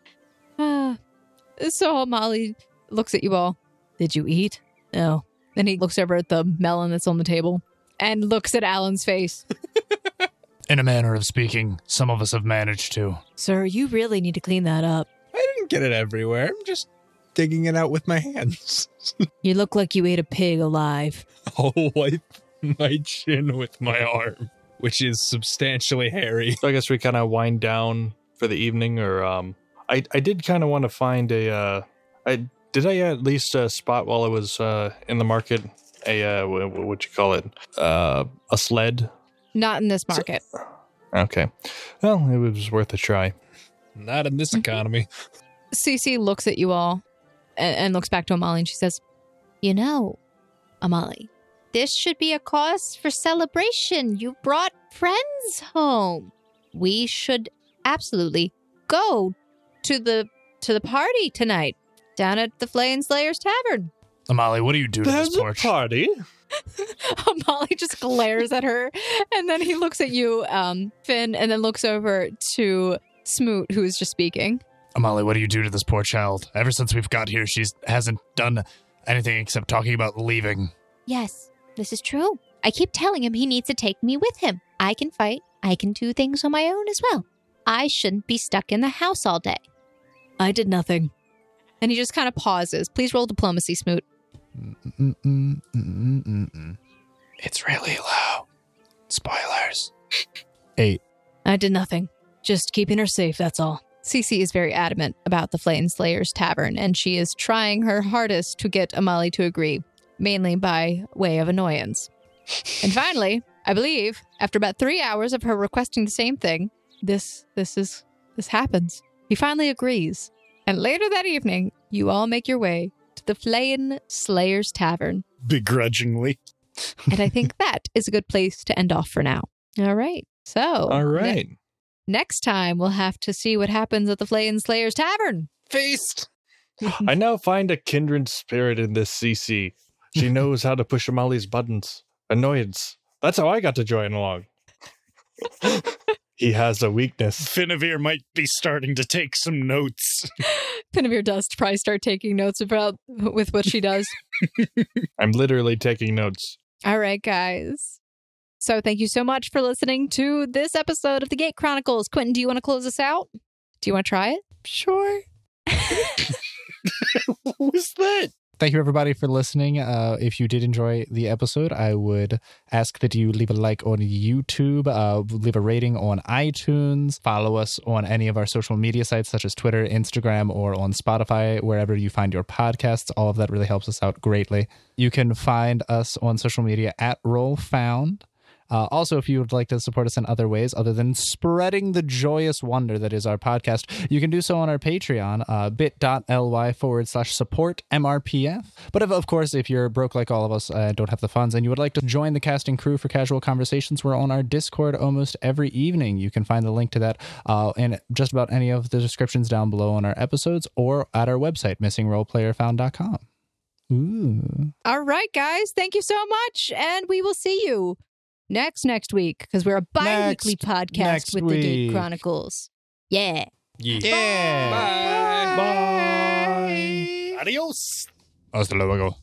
Speaker 1: Ah. so Molly looks at you all.
Speaker 9: Did you eat? No.
Speaker 1: Then he looks over at the melon that's on the table and looks at Alan's face.
Speaker 6: In a manner of speaking, some of us have managed to.
Speaker 9: Sir, you really need to clean that up.
Speaker 5: I didn't get it everywhere. I'm just digging it out with my hands.
Speaker 9: You look like you ate a pig alive.
Speaker 5: I'll wipe (laughs) my chin with my arm, which is substantially hairy.
Speaker 8: So I guess we kind of wind down for the evening, or um, I I did kind of want to find a uh, I did I at least uh, spot while I was uh in the market a uh wha- wha- what you call it uh a sled.
Speaker 1: Not in this market.
Speaker 8: Okay, well it was worth a try.
Speaker 5: Not in this economy.
Speaker 1: Cece looks at you all and, and looks back to Amali and she says, You know, Amali, this should be a cause for celebration. You brought friends home. We should absolutely go to the to the party tonight down at the Flay and Slayers Tavern. (laughs)
Speaker 6: Amali, what do you do to this porch?
Speaker 8: party.
Speaker 1: Molly just glares at her, and then he looks at you, um, Finn, and then looks over to Smoot, who is just speaking.
Speaker 6: Amali, what do you do to this poor child? Ever since we've got here, she's hasn't done anything except talking about leaving.
Speaker 1: Yes, this is true. I keep telling him he needs to take me with him. I can fight. I can do things on my own as well. I shouldn't be stuck in the house all day.
Speaker 9: I did nothing.
Speaker 1: And he just kind of pauses. Please roll diplomacy, Smoot.
Speaker 6: Mm-mm-mm-mm-mm-mm. It's really low. Spoilers.
Speaker 9: I did nothing. Just keeping her safe, that's all.
Speaker 1: Cece is very adamant about the Flame Slayers Tavern, and she is trying her hardest to get Amali to agree, mainly by way
Speaker 8: (laughs)
Speaker 1: of annoyance. and finally, I believe, after about three hours of her requesting the same thing, this this is this happens. He finally agrees. And later that evening, you all make your way to the Flame Slayers Tavern.
Speaker 4: begrudgingly.
Speaker 1: And
Speaker 8: (laughs)
Speaker 1: I think that is a good place to end off for now. All right. So
Speaker 8: All right.
Speaker 1: next time we'll have to see what happens at the Flame Slayers Tavern.
Speaker 5: Feast.
Speaker 8: I now find a kindred spirit in this CC. She knows how to push Amali's buttons. Annoyance. That's how I got to join along. he has a weakness.
Speaker 4: Finavir might be starting to take some notes.
Speaker 1: Pinavere does probably start taking notes about with what she
Speaker 2: (laughs)
Speaker 1: does.
Speaker 8: I'm literally taking notes.
Speaker 1: All right, guys. So thank you so much for listening to this episode of the Gate Chronicles. Quentin, do you want to close us out? Do you want to try it? (laughs)
Speaker 2: Sure. (laughs)
Speaker 4: what was that?
Speaker 2: Thank you, everybody, for listening. Uh, if you did enjoy the episode, I would ask that you leave a like on YouTube, uh, leave a rating on iTunes, follow us on any of our social media sites such as Twitter, Instagram, or on Spotify, wherever you find your podcasts. All of that really helps us out greatly. You can find us on social media at Roll Found. Uh, also, if you would like to support us in other ways other than spreading the joyous wonder that is our podcast, you can do so on our Patreon, uh, bit.ly forward slash support MRPF. But if, of course, if you're broke like all of us and don't have the funds and you would like to join the casting crew for casual conversations, we're on our Discord almost every evening. You can find the link to that uh, in just about any of the descriptions down below on our episodes or at our website, missingroleplayerfound.com. Ooh.
Speaker 1: All right, guys. Thank you so much. And we will see you next next week because we're a bi weekly
Speaker 2: Next-
Speaker 1: podcast
Speaker 2: next
Speaker 1: with the Gate
Speaker 2: week.
Speaker 1: Chronicles. Yeah.
Speaker 2: Yeah.
Speaker 5: Bye.
Speaker 2: Bye.
Speaker 4: Adios.
Speaker 2: Hasta luego.